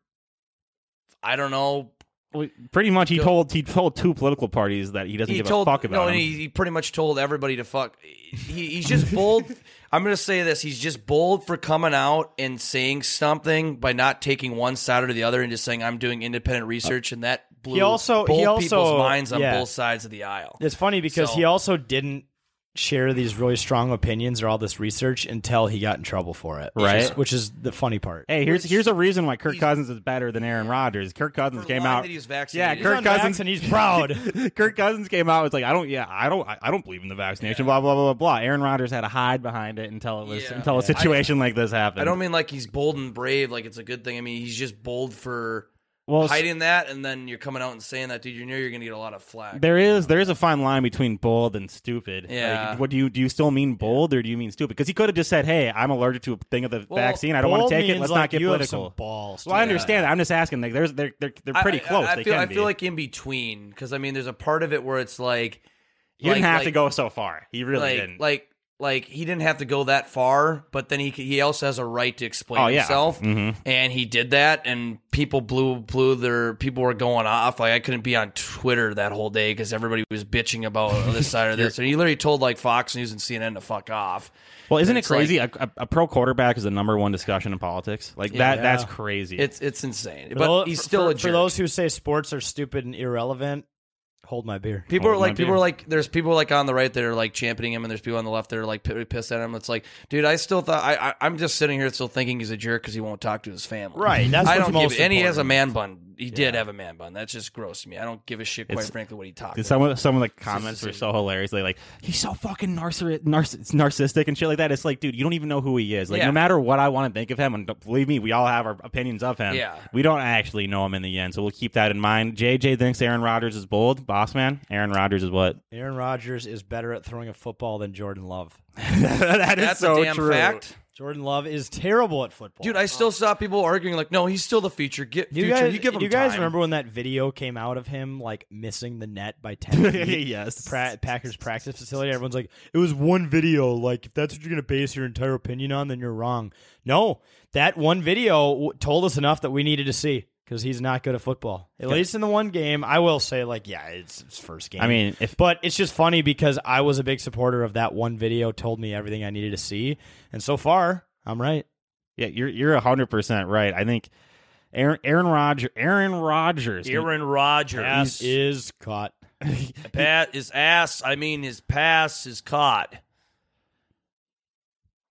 I don't know. Well, Pretty much, he Go- told he told two political parties that he doesn't he give told a fuck about no, him. He, he pretty much told everybody to fuck. He, he's just bold. I'm gonna say this. He's just bold for coming out and saying something by not taking one side or the other and just saying I'm doing independent research and that blew He also- both he also- people's minds on yeah. both sides of the aisle. It's funny because So- he also didn't share these really strong opinions or all this research until he got in trouble for it, which Right. is- Which is the funny part. Hey, here's Which- here's a reason why Kirk he's- Cousins is better than Aaron Rodgers. Kirk Cousins For came lying out. that he was yeah, vaccinated. He's Kirk on Cousins vax and he's proud. Kirk Cousins came out. It's like I don't. Yeah, I don't. I I don't believe in the vaccination. Blah blah blah blah blah. Aaron Rodgers had to hide behind it until it was Yeah. until a Yeah. situation like this happened. I don't mean like he's bold and brave, like it's a good thing. I mean he's just bold for well, s- hiding that, and then you're coming out and saying that, dude. You know you're gonna get a lot of flack. there is there is a fine line between bold and stupid. Yeah. Like, what do you do? You still mean bold or do you mean stupid? Because he could have just said, "Hey, I'm allergic to a thing of the Well, vaccine. I don't want Bold to take it. means, Let's like, not get you have political." some balls. well, I to- understand. that. I'm just asking. Like, there's they're they're, they're pretty I- I- close. I, they feel can I be. feel like in between because I mean there's a part of it where it's like he didn't like- have to like- go so far. He really like, didn't. Like, like he didn't have to go that far, but then he c- he also has a right to explain Oh, yeah. himself, Mm-hmm. Mhm. and he did that, and people blew blew their people were going off. Like I couldn't be on Twitter that whole day because everybody was bitching about this side or this, and he literally told like Fox News and CNN to fuck off. Well, isn't And it it's like- crazy? a, a, a pro quarterback is the number one discussion in politics. Like that. Yeah. That's crazy. It's it's insane, For but tho- he's for- still for, a jerk. For those who say sports are stupid and irrelevant, hold my beer. People are Well, like, might people be. are like, there's people like on the right that are like championing him, and there's people on the left that are like p- pissed at him. It's like, dude, I still thought I, I I'm just sitting here still thinking he's a jerk because he won't talk to his family. Right, that's I what's don't most give. And he has a important. man bun. He did have a man bun. That's just gross to me. I don't give a shit, quite It's- frankly, what he talked. Dude, About. some of some of the comments were so hilarious. They like he's so fucking narci- narci- narcissistic and shit like that. It's like, dude, you don't even know who he is. Like, Yeah. no matter what I want to think of him, and don't- believe me, we all have our opinions of him. Yeah. we don't actually know him in the end, so we'll keep that in mind. JJ thinks Aaron Rodgers is bold, boss man. Aaron Rodgers is what? Aaron Rodgers is better at throwing a football than Jordan Love. that is That's so a damn true. fact, Jordan Love is terrible at football. dude. I still saw people arguing like, no, he's still the feature. Get Do you future. guys, you give him do you guys time. remember when that video came out of him like missing the net by ten? feet? Yes. The pra- Packers practice facility. Everyone's like, it was one video. Like, if that's what you're gonna base your entire opinion on, then you're wrong. No, that one video w- told us enough that we needed to see because he's not good at football. At least in the one game, I will say, like, yeah, it's his first game. I mean, if But it's just funny because I was a big supporter of that one video. Told me everything I needed to see, and so far, I'm right. Yeah, you're you're hundred percent right. I think Aaron Aaron Rodgers Aaron Rodgers Aaron Rodgers? Ass is caught. Pat, his ass. I mean, his pass is caught.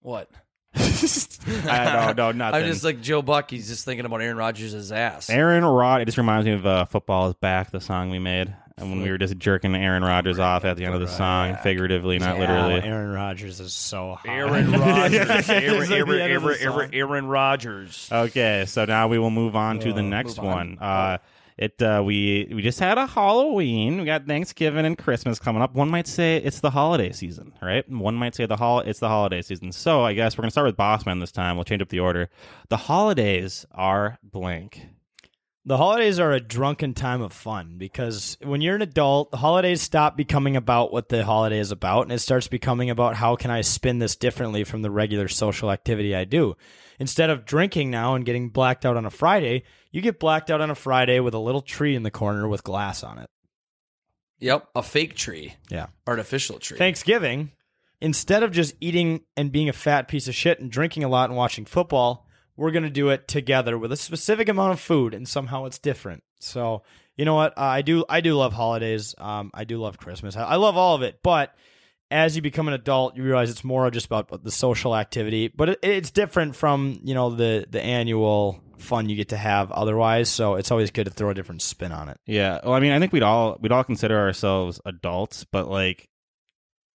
What? I, no, no, nothing. I'm just like Joe Buck. He's just thinking about Aaron Rodgers' ass. Aaron Rod. It just reminds me of uh, "Football Is Back," the song we made, and when we were just jerking Aaron Rodgers off at the end of the song, figuratively, not literally. Aaron Rodgers is so hot. Aaron Rodgers. It's Aaron, like the Aaron, end of the Aaron, song. Aaron, Aaron Rodgers. Okay, so now we will move on to the next move on. one. Uh, it uh, we we just had a Halloween. We got Thanksgiving and Christmas coming up. One might say it's the holiday season, right? One might say the hol- it's the holiday season. So I guess we're gonna start with Bossman this time. We'll change up the order. The holidays are blank. The holidays are a drunken time of fun because when you're an adult, the holidays stop becoming about what the holiday is about and it starts becoming about how can I spin this differently from the regular social activity I do. Instead of drinking now and getting blacked out on a Friday, you get blacked out on a Friday with a little tree in the corner with glass on it. Yep, a fake tree, Yeah. artificial tree. Thanksgiving, instead of just eating and being a fat piece of shit and drinking a lot and watching football, we're going to do it together with a specific amount of food and somehow it's different. So, you know what? Uh, I do I do love holidays. Um, I do love Christmas. I, I love all of it, but as you become an adult, you realize it's more just about the social activity, but it, it's different from, you know, the the annual fun you get to have otherwise, so it's always good to throw a different spin on it. Yeah. Well, I mean, I think we'd all we'd all consider ourselves adults, but like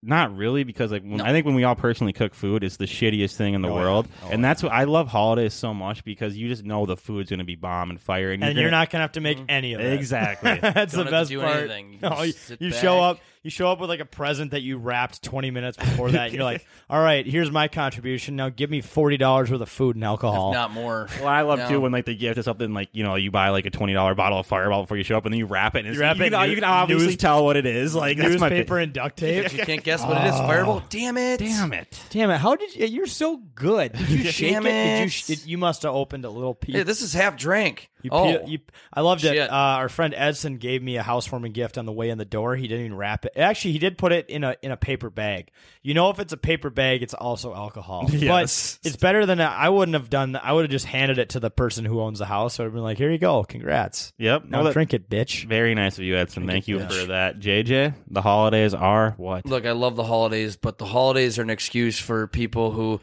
not really because like when, I think when we all personally cook food, it's the shittiest thing in the Oh, yeah. world, Oh, and that's what I love holidays so much because you just know the food's gonna be bomb and fire, and, and you're, you're gonna- not gonna Mm-hmm. have to make any of it. Exactly. that's Don't the have to best do part. anything. You No, just you, sit you back. show up. You show up with like a present that you wrapped 20 minutes before that. and you're like, all right, here's my contribution. Now give me forty dollars worth of food and alcohol. Not more. Well, I love No. too when like the gift is something like you know you buy like a twenty dollar bottle of Fireball before you show up, and then you wrap it. And it's- You wrap you it Can, in you can news- obviously news- tell what it is. Like that's my Newspaper and duct tape. You can't guess what it is. Fireball. Damn it. Damn it! Oh. Damn it! How did you? You're so good. Did you shake it? Damn Did you, it. sh- did, you must have opened a little piece. Hey, this is half drank. You oh, peel- you- I loved it. shit. Uh, our friend Edson gave me a housewarming gift on the way in the door. He didn't even wrap it. Actually, he did put it in a in a paper bag. You know, if it's a paper bag, it's also alcohol. Yes. But it's better than I I wouldn't have done. that. I would have just handed it to the person who owns the house. I would have been like, "Here you go, congrats. Yep. Now Well, that- drink it, bitch." Very nice of you, Edson. Thank you bitch. for that, JJ. The holidays are what? Look, I love the holidays, but the holidays are an excuse for people who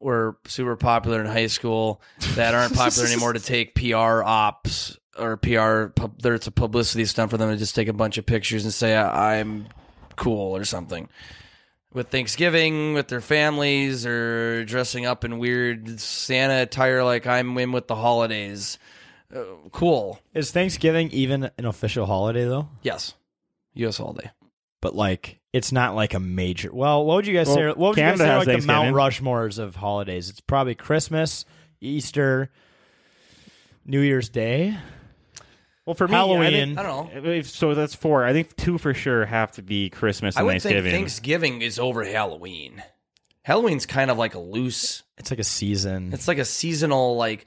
were super popular in high school that aren't popular anymore to take PR ops or PR. Pub, there, it's a publicity stunt for them to just take a bunch of pictures and say I, I'm cool or something. With Thanksgiving, with their families, or dressing up in weird Santa attire like I'm in with the holidays. Uh, cool. Is Thanksgiving even an official holiday though? Yes. U.S. holiday. But like, it's not like a major. Well, what would you guys Well, say? What would Canada you guys has say are like the Mount Thanksgiving. Rushmores of holidays? It's probably Christmas, Easter, New Year's Day. Well, for me, I think- Halloween. I don't know. If, so that's four. I think two for sure have to be Christmas I and would think Thanksgiving. Thanksgiving is over Halloween. Halloween's kind of like a loose. It's like a season. It's like a seasonal like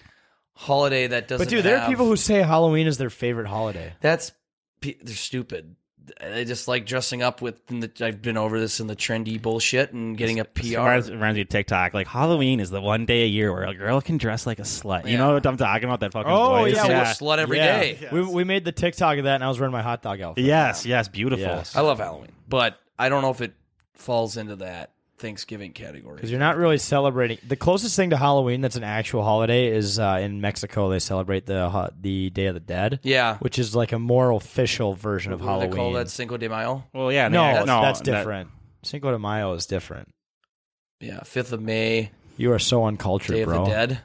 holiday that doesn't. but dude, there are have- people who say Halloween is their favorite holiday. that's pe- they're stupid. They just like dressing up with. In the, I've been over this in the trendy bullshit and getting a This PR. Reminds, reminds me of TikTok. Like Halloween is the one day a year where a girl can dress like a slut. You Yeah. know what I'm talking about? That fucking Oh, voice. yeah, Say well, we're slut every day. Yeah. We, we made the TikTok of that, and I was wearing my hot dog outfit. Yes, yes, beautiful. Uh, Yes. I love Halloween, but I don't know if it falls into that Thanksgiving category. Because you're not really celebrating. The closest thing to Halloween that's an actual holiday is uh, in Mexico. They celebrate the ho- the Day of the Dead. Yeah. which is like a more official version of What do Halloween. They call that Cinco de Mayo. Well, yeah, and no, they- that's, no, that's that- different. Cinco de Mayo is different. Yeah, Fifth of May, You are so uncultured, Day bro. of the Dead. Mm-hmm.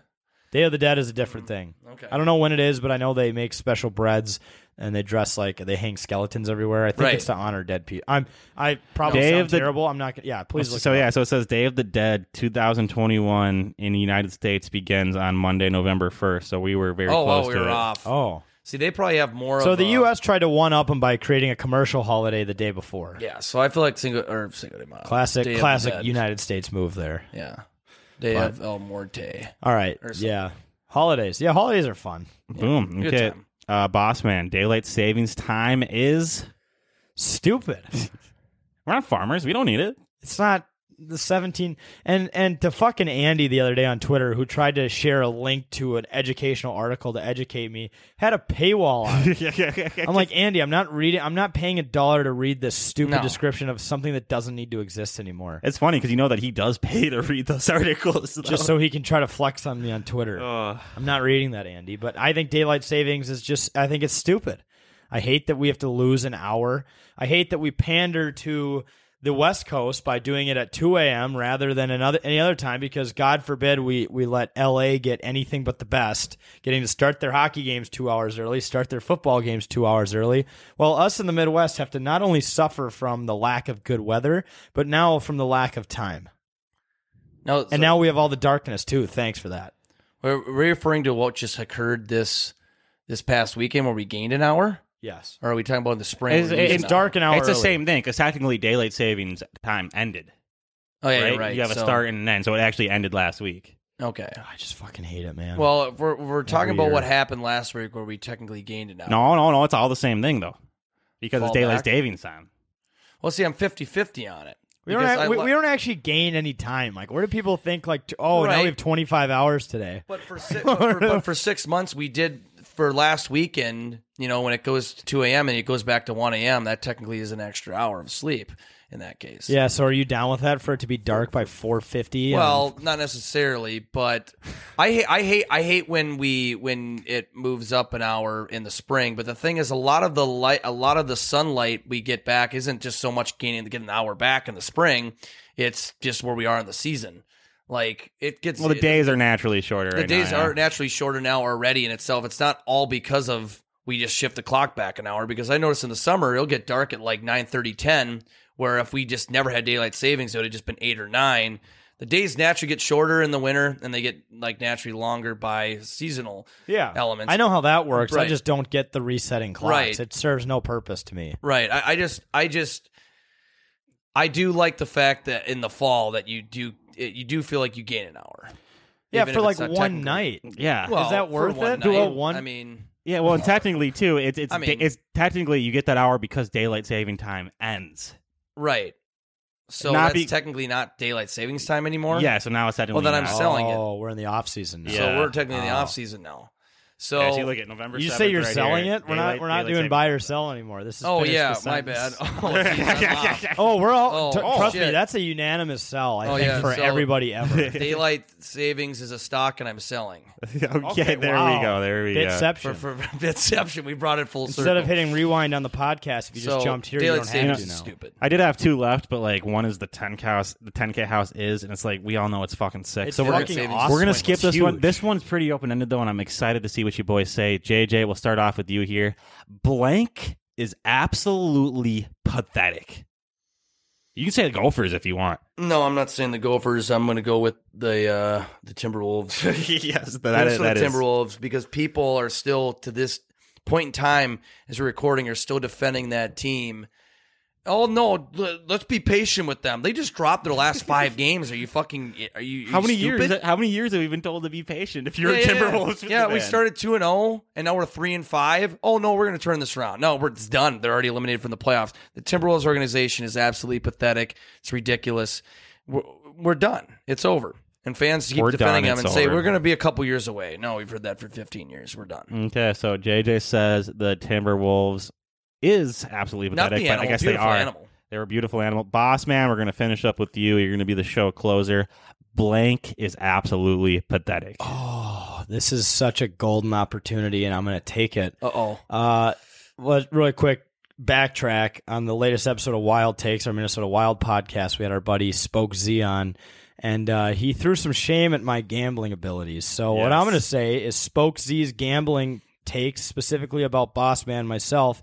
Day of the Dead is a different thing. Okay. I don't know when it is, but I know they make special breads and they dress like they hang skeletons everywhere. I think Right. it's to honor dead people. I'm I probably Day sound of the- Oh, terrible. I'm not. gonna Yeah, please look. so it yeah, up. so it says Day of the Dead 2021 in the United States begins on Monday, November 1st. So we were very Oh, close oh, we to were it. off. Oh. See, they probably have more. So of the a- U.S. tried to one up them by creating a commercial holiday the day before. Yeah, so I feel like single or single de Mayo. Classic, Day of the classic Dead. United States move there. Yeah, Day But- of El Muerte. All right. Or something. Yeah. Holidays. Yeah, holidays are fun. Boom. Good Okay. time. Uh, boss man, daylight savings time is. Stupid. We're not farmers. We don't need it. it's not the 17 and and to fucking andy the other day on twitter who tried to share a link to an educational article to educate me had a paywall on it. i'm like andy i'm not reading i'm not paying a dollar to read this stupid No. description of something that doesn't need to exist anymore It's funny because you know that he does pay to read those articles. though. just so he can try to flex on me on twitter i'm not reading that andy but i think daylight savings is just i think it's stupid i hate that we have to lose an hour i hate that we pander to the west coast by doing it at 2 a.m rather than another any other time because god forbid we we let la get anything but the best getting to start their hockey games two hours early start their football games two hours early well us in the midwest have to not only suffer from the lack of good weather but now from the lack of time No, and now we have all the darkness too. Thanks for that. we're, we're referring to what just occurred this this past weekend where we gained an hour. Yes. Or are we talking about in the spring? It's- we lose it's an dark an hour. it's the early. same thing because technically daylight savings time ended. hour? Oh yeah, right? right. You have so- a start and an end, so it actually ended last week. Okay. I just fucking hate it, man. Well, if we're we're talking about year. what happened last week where we technically gained an hour. No, no, no. It's all the same thing though, because Fall it's daylight back. savings time. Well, see, I'm 50-50 on it. We don't, Because act- I we, lo- we don't actually gain any time. Like, where do people think, like, t- oh, now Right. we have 25 hours today? But for, si- but, for, but for six months, we did for last weekend. You know, when it goes to two a.m. and it goes back to one a.m., that technically is an extra hour of sleep in that case. Yeah, so are you down with that for it to be dark by Um, 4.50? Well, not necessarily, but I hate, I hate, I hate when we when it moves up an hour in the spring. But the thing is, a lot of the light, a lot of the sunlight we get back isn't just so much gaining to get an hour back in the spring. It's just where we are in the season. Like it gets. Well, the it- days are naturally shorter. the right now, days yeah. are naturally shorter now already in itself. It's not all because of we just shift the clock back an hour because I notice in the summer it'll get dark at like 9 10 where if we just never had daylight savings it would have just been 8 or 9. The days naturally get shorter in the winter and they get like naturally longer by seasonal yeah. elements. I know how that works. I Right. just don't get the resetting clocks. Right. It serves no purpose to me. Right. I, I just, I just, I do like the fact that in the fall that you do, it, you do feel like you gain an hour. Yeah, Even for if like it's not one technically- night. Yeah. Well, Is that for worth one it? Do a night, one- I mean, yeah. Well, and technically too, it's it's I da- mean- it's technically you get that hour because daylight saving time ends. Right. So Not that's be- technically not daylight savings time anymore. Yeah. So now it's technically. Well, then I'm not. selling it. oh, we're in the off season now. Yeah. So we're technically in the Oh. off season now. So, Yeah, so you look at November. You say 7th you're right selling here, it? We're not. daylight- We're not daylight doing saving- buy or sell anymore. This is. oh finish yeah, the my bad. sentence. Oh, geez, I'm off. Oh, we're all. Oh, t- oh, trust me, shit. that's a unanimous sell. I Oh, think yeah, for so- everybody ever. daylight savings is a stock, and I'm selling. okay, There wow. we go. There we go. Bitception. For, for Bitception, we brought it full Instead circle. of hitting rewind on the podcast, if you just So, jumped here, you daylight don't have savings to is now. stupid. I did have two left, but like one is the 10k house. The 10k house is, and it's like we all know it's fucking sick. It's so we're fucking fucking awesome. awesome. We're gonna It's skip this one. huge. This one's pretty open ended though, and I'm excited to see what you boys say. JJ, we'll start off with you here. Blank is absolutely pathetic. You can say the Gophers if you want. no, I'm not saying the Gophers. I'm going to go with the uh, the Timberwolves. yes, That is the Timberwolves because people are still to this point in time as we're recording are still defending that team. Oh no, l- let's be patient with them. They just dropped their last five games. Are you fucking? Are you? are How you many stupid? years? How many years have we been told to be patient? If you're yeah, a yeah, Timberwolves, Yeah, yeah we fan? started two and zero, and now we're three and five. Oh no, we're going to turn this around. No, we're it's done. They're already eliminated from the playoffs. The Timberwolves organization is absolutely pathetic. It's ridiculous. We're, we're done. It's over. And fans keep We're defending done. them and It's say over. we're going to be a couple years away. No, we've heard that for fifteen years. We're done. Okay, so JJ says the Timberwolves is absolutely Not pathetic, the but I animal, guess they beautiful are. animal. They're a beautiful animal. Boss man, we're going to finish up with you. You're going to be the show closer. Blank is absolutely pathetic. Oh, this is such a golden opportunity, and I'm going to take it. Uh oh. Uh, well, really quick backtrack on the latest episode of Wild Takes, our Minnesota Wild podcast. We had our buddy Spoke Z on, and uh, he threw some shame at my gambling abilities. So what I'm Yes. going to say is Spoke Z's gambling takes, specifically about Boss Man myself.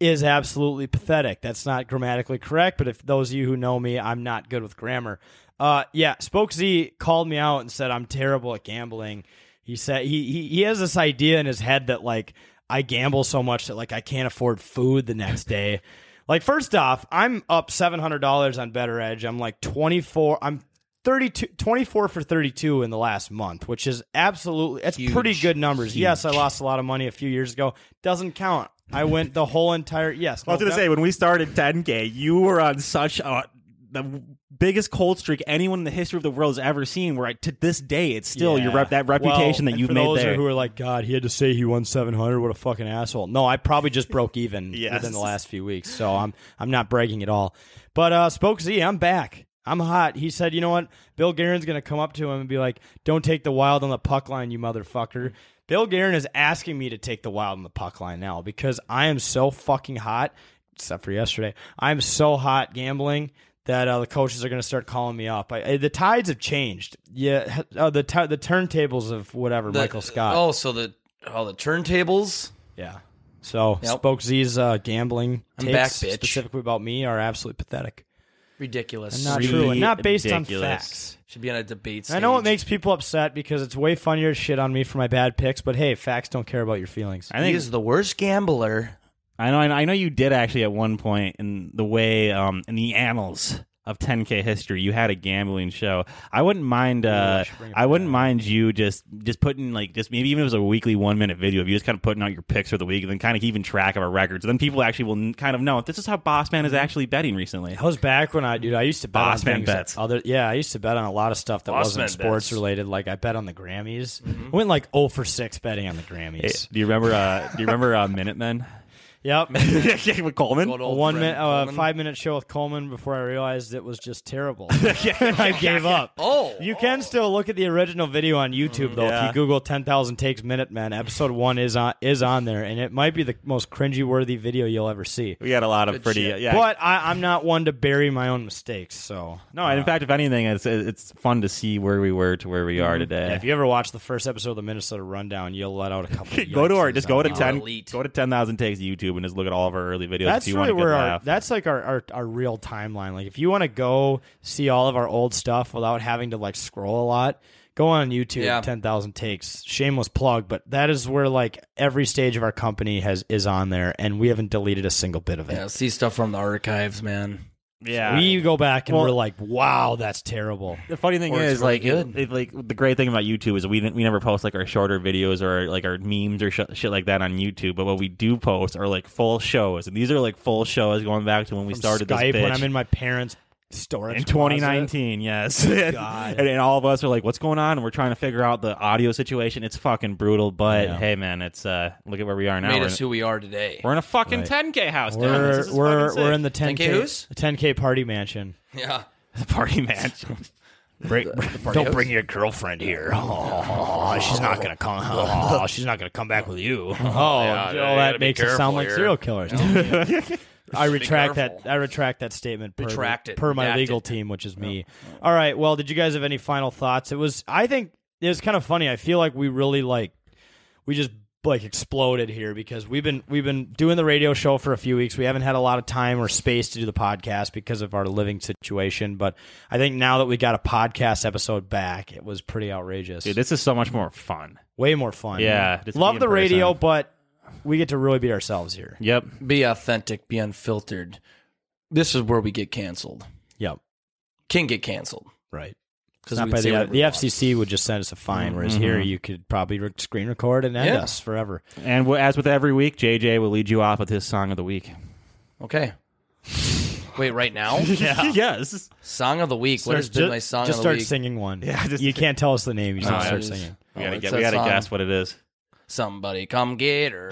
Is absolutely pathetic. That's not grammatically correct, but if those of you who know me, I'm not good with grammar. Uh, yeah, Spoke Z called me out and said I'm terrible at gambling. He said he, he he has this idea in his head that like I gamble so much that like I can't afford food the next day. like first off, I'm up seven hundred dollars on Better Edge. I'm like twenty four. I'm 32, 24 for thirty two in the last month, which is absolutely that's pretty good numbers. Yes, I lost a lot of money a few years ago. Doesn't count. I went the whole entire yes. I was going to November- say, when we started 10K, you were on such a. The biggest cold streak anyone in the history of the world has ever seen. Where I, to this day, it's still your Yeah. rep, that Well, reputation that and you've for made those there. Who are like, God, he had to say he won seven hundred. What a fucking asshole! No, I probably just broke even Yes. within the last few weeks, so I'm I'm not bragging at all. But uh, Spoke Z, I'm back. I'm hot. He said, you know what? Bill Guerin's gonna come up to him and be like, "Don't take the wild on the puck line, you motherfucker." Bill Guerin is asking me to take the wild on the puck line now because I am so fucking hot. Except for yesterday, I'm so hot gambling that uh, the coaches are going to start calling me up. I, I- the tides have changed. Yeah, uh, the t- the turntables of whatever The- Michael Scott. Oh, so the oh the turntables. yeah. So Yep. Spoke Z's uh, gambling I'm takes back, bitch. specifically about me are absolutely pathetic Ridiculous. and not Really true and not based on ridiculous. facts. Should be on a debate. Stage. I know it makes people upset because it's way funnier to shit on me for my bad picks, but hey, facts don't care about your feelings. I He think is the worst gambler. I know. I know you did actually at one point in the way um, in the annals of 10K history, you had a gambling show. I wouldn't mind. Uh, I wouldn't mind you just just putting like just maybe even if it was a weekly one minute video of you just kind of putting out your picks for the week and then kind of keeping track of our records. Then people actually will n- kind of know this is how Bossman is actually betting recently. I was back when I, dude, I used to bet Bossman on things bets. Other, yeah, I used to bet on a lot of stuff that Bossman wasn't sports bets. related. Like I bet on the Grammys. Mm-hmm. I went like 0 for six betting on the Grammys. do you remember? Uh, do you remember uh, Minutemen? Yep. with Coleman. Good A old one friend minute, oh, uh, Coleman. five minute show with Coleman before I realized it was just terrible. I gave up. Oh, You can still look at the original video on YouTube though. If Yeah. you Google ten thousand takes Minutemen, episode one is on is on there, and it might be the most cringy worthy video you'll ever see. We got a lot of Good pretty. uh, shit. Yeah, But I, I'm not one to bury my own mistakes, so no. and in fact, if anything, it's it's fun to see where we were to where we are Mm-hmm. Yeah, today. if you ever watch the first episode of the Minnesota Rundown, you'll let out a couple. go to our yikes just go to on that. ten elite. go to ten thousand takes YouTube and just look at all of our early videos. That's if you really want a good where our laugh. that's like our, our our real timeline. Like if you want to go see all of our old stuff without having to like scroll a lot, go on YouTube. Yeah. Ten thousand takes. Shameless plug, but that is where like every stage of our company has is on there, and we haven't deleted a single bit of it. yeah, see stuff from the archives, man. yeah. We go back and Well- we're like, wow, that's terrible. the funny thing Or it's is, like, really good. it- like the great thing about YouTube is we didn't, we never post like our shorter videos or like our memes or sh- shit like that on YouTube. But what we do post are like full shows, and these are like full shows going back to when we From started Skype this bitch when I'm in my parents' storage in closet. Oh, 2019. Yes, and, and all of us are like, "What's going on?" And we're trying to figure out the audio situation. It's fucking brutal, but hey, man, it's uh, look at where we are now. Made We're us in, who we are today. we're in a fucking 10k house. dude. This We're is we're, fucking we're sick. in the 10K, 10K who's? the 10K party mansion. yeah. party mansion. Don't bring your girlfriend here. Oh, she's not gonna come. Oh, she's not gonna come back with you. Oh, Joe, that makes it sound like serial killers. Oh, I retract that. careful. I retract that statement. Per, Retract it. per my Redact legal it. team, which is me. All right. Well, did you guys have any final thoughts? It was. I think it was kind of funny. I feel like we really like we just like exploded here because we've been we've been doing the radio show for a few weeks. We haven't had a lot of time or space to do the podcast because of our living situation. But I think now that we got a podcast episode back, it was pretty outrageous. Dude, this is so much more fun. Way more fun. Yeah, just be love in the radio, person. but we get to really be ourselves here. Yep. Be authentic. Be unfiltered. This is where we get canceled. Yep. Can get canceled Right. because Not by the, the FCC would just send us a fine, whereas here Mm-hmm. you could probably re- screen record and end Yeah. us forever. And w- as with every week, JJ will lead you off with his song of the week. Okay. Wait, right now? Yeah. yes. song of the week. what has Start- been ju- my song just of the start week? singing one. Yeah, just- you can't tell us the name. You just Oh, gotta start it is. singing. We Oh, gotta, it's get, that we gotta song. guess what it is. Somebody come get her.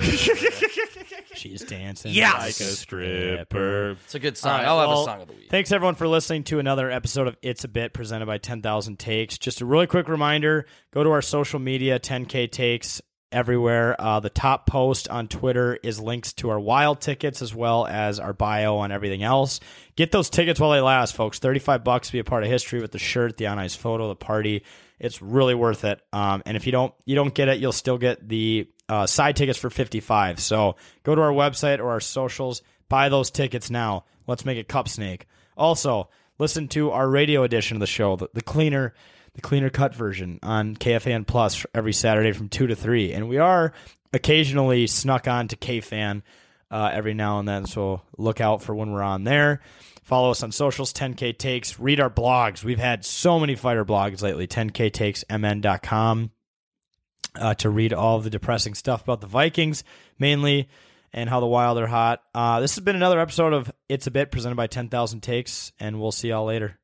She's dancing. Like a stripper. It's a good song. All right, I'll have well, a song of the week. Thanks everyone for listening to another episode of It's a Bit presented by 10,000 Takes. Just a really quick reminder, go to our social media 10K Takes everywhere. Uh, the top post on Twitter is links to our wild tickets as well as our bio on everything else. Get those tickets while they last, folks. 35 bucks to be a part of history with the shirt, the on ice photo, the party. It's really worth it. Um, and if you don't you don't get it, you'll still get the uh, side tickets for 55. So go to our website or our socials, buy those tickets now. Let's make it cup snake. Also, listen to our radio edition of the show, the, the cleaner the cleaner cut version on KFAN Plus every Saturday from 2 to 3. And we are occasionally snuck on to KFAN uh, every now and then, so look out for when we're on there. Follow us on socials, 10K Takes. Read our blogs. We've had so many fighter blogs lately, 10ktakesmn.com uh, to read all of the depressing stuff about the Vikings mainly and how the Wild are hot. Uh, this has been another episode of It's a Bit presented by 10,000 Takes, and we'll see y'all later.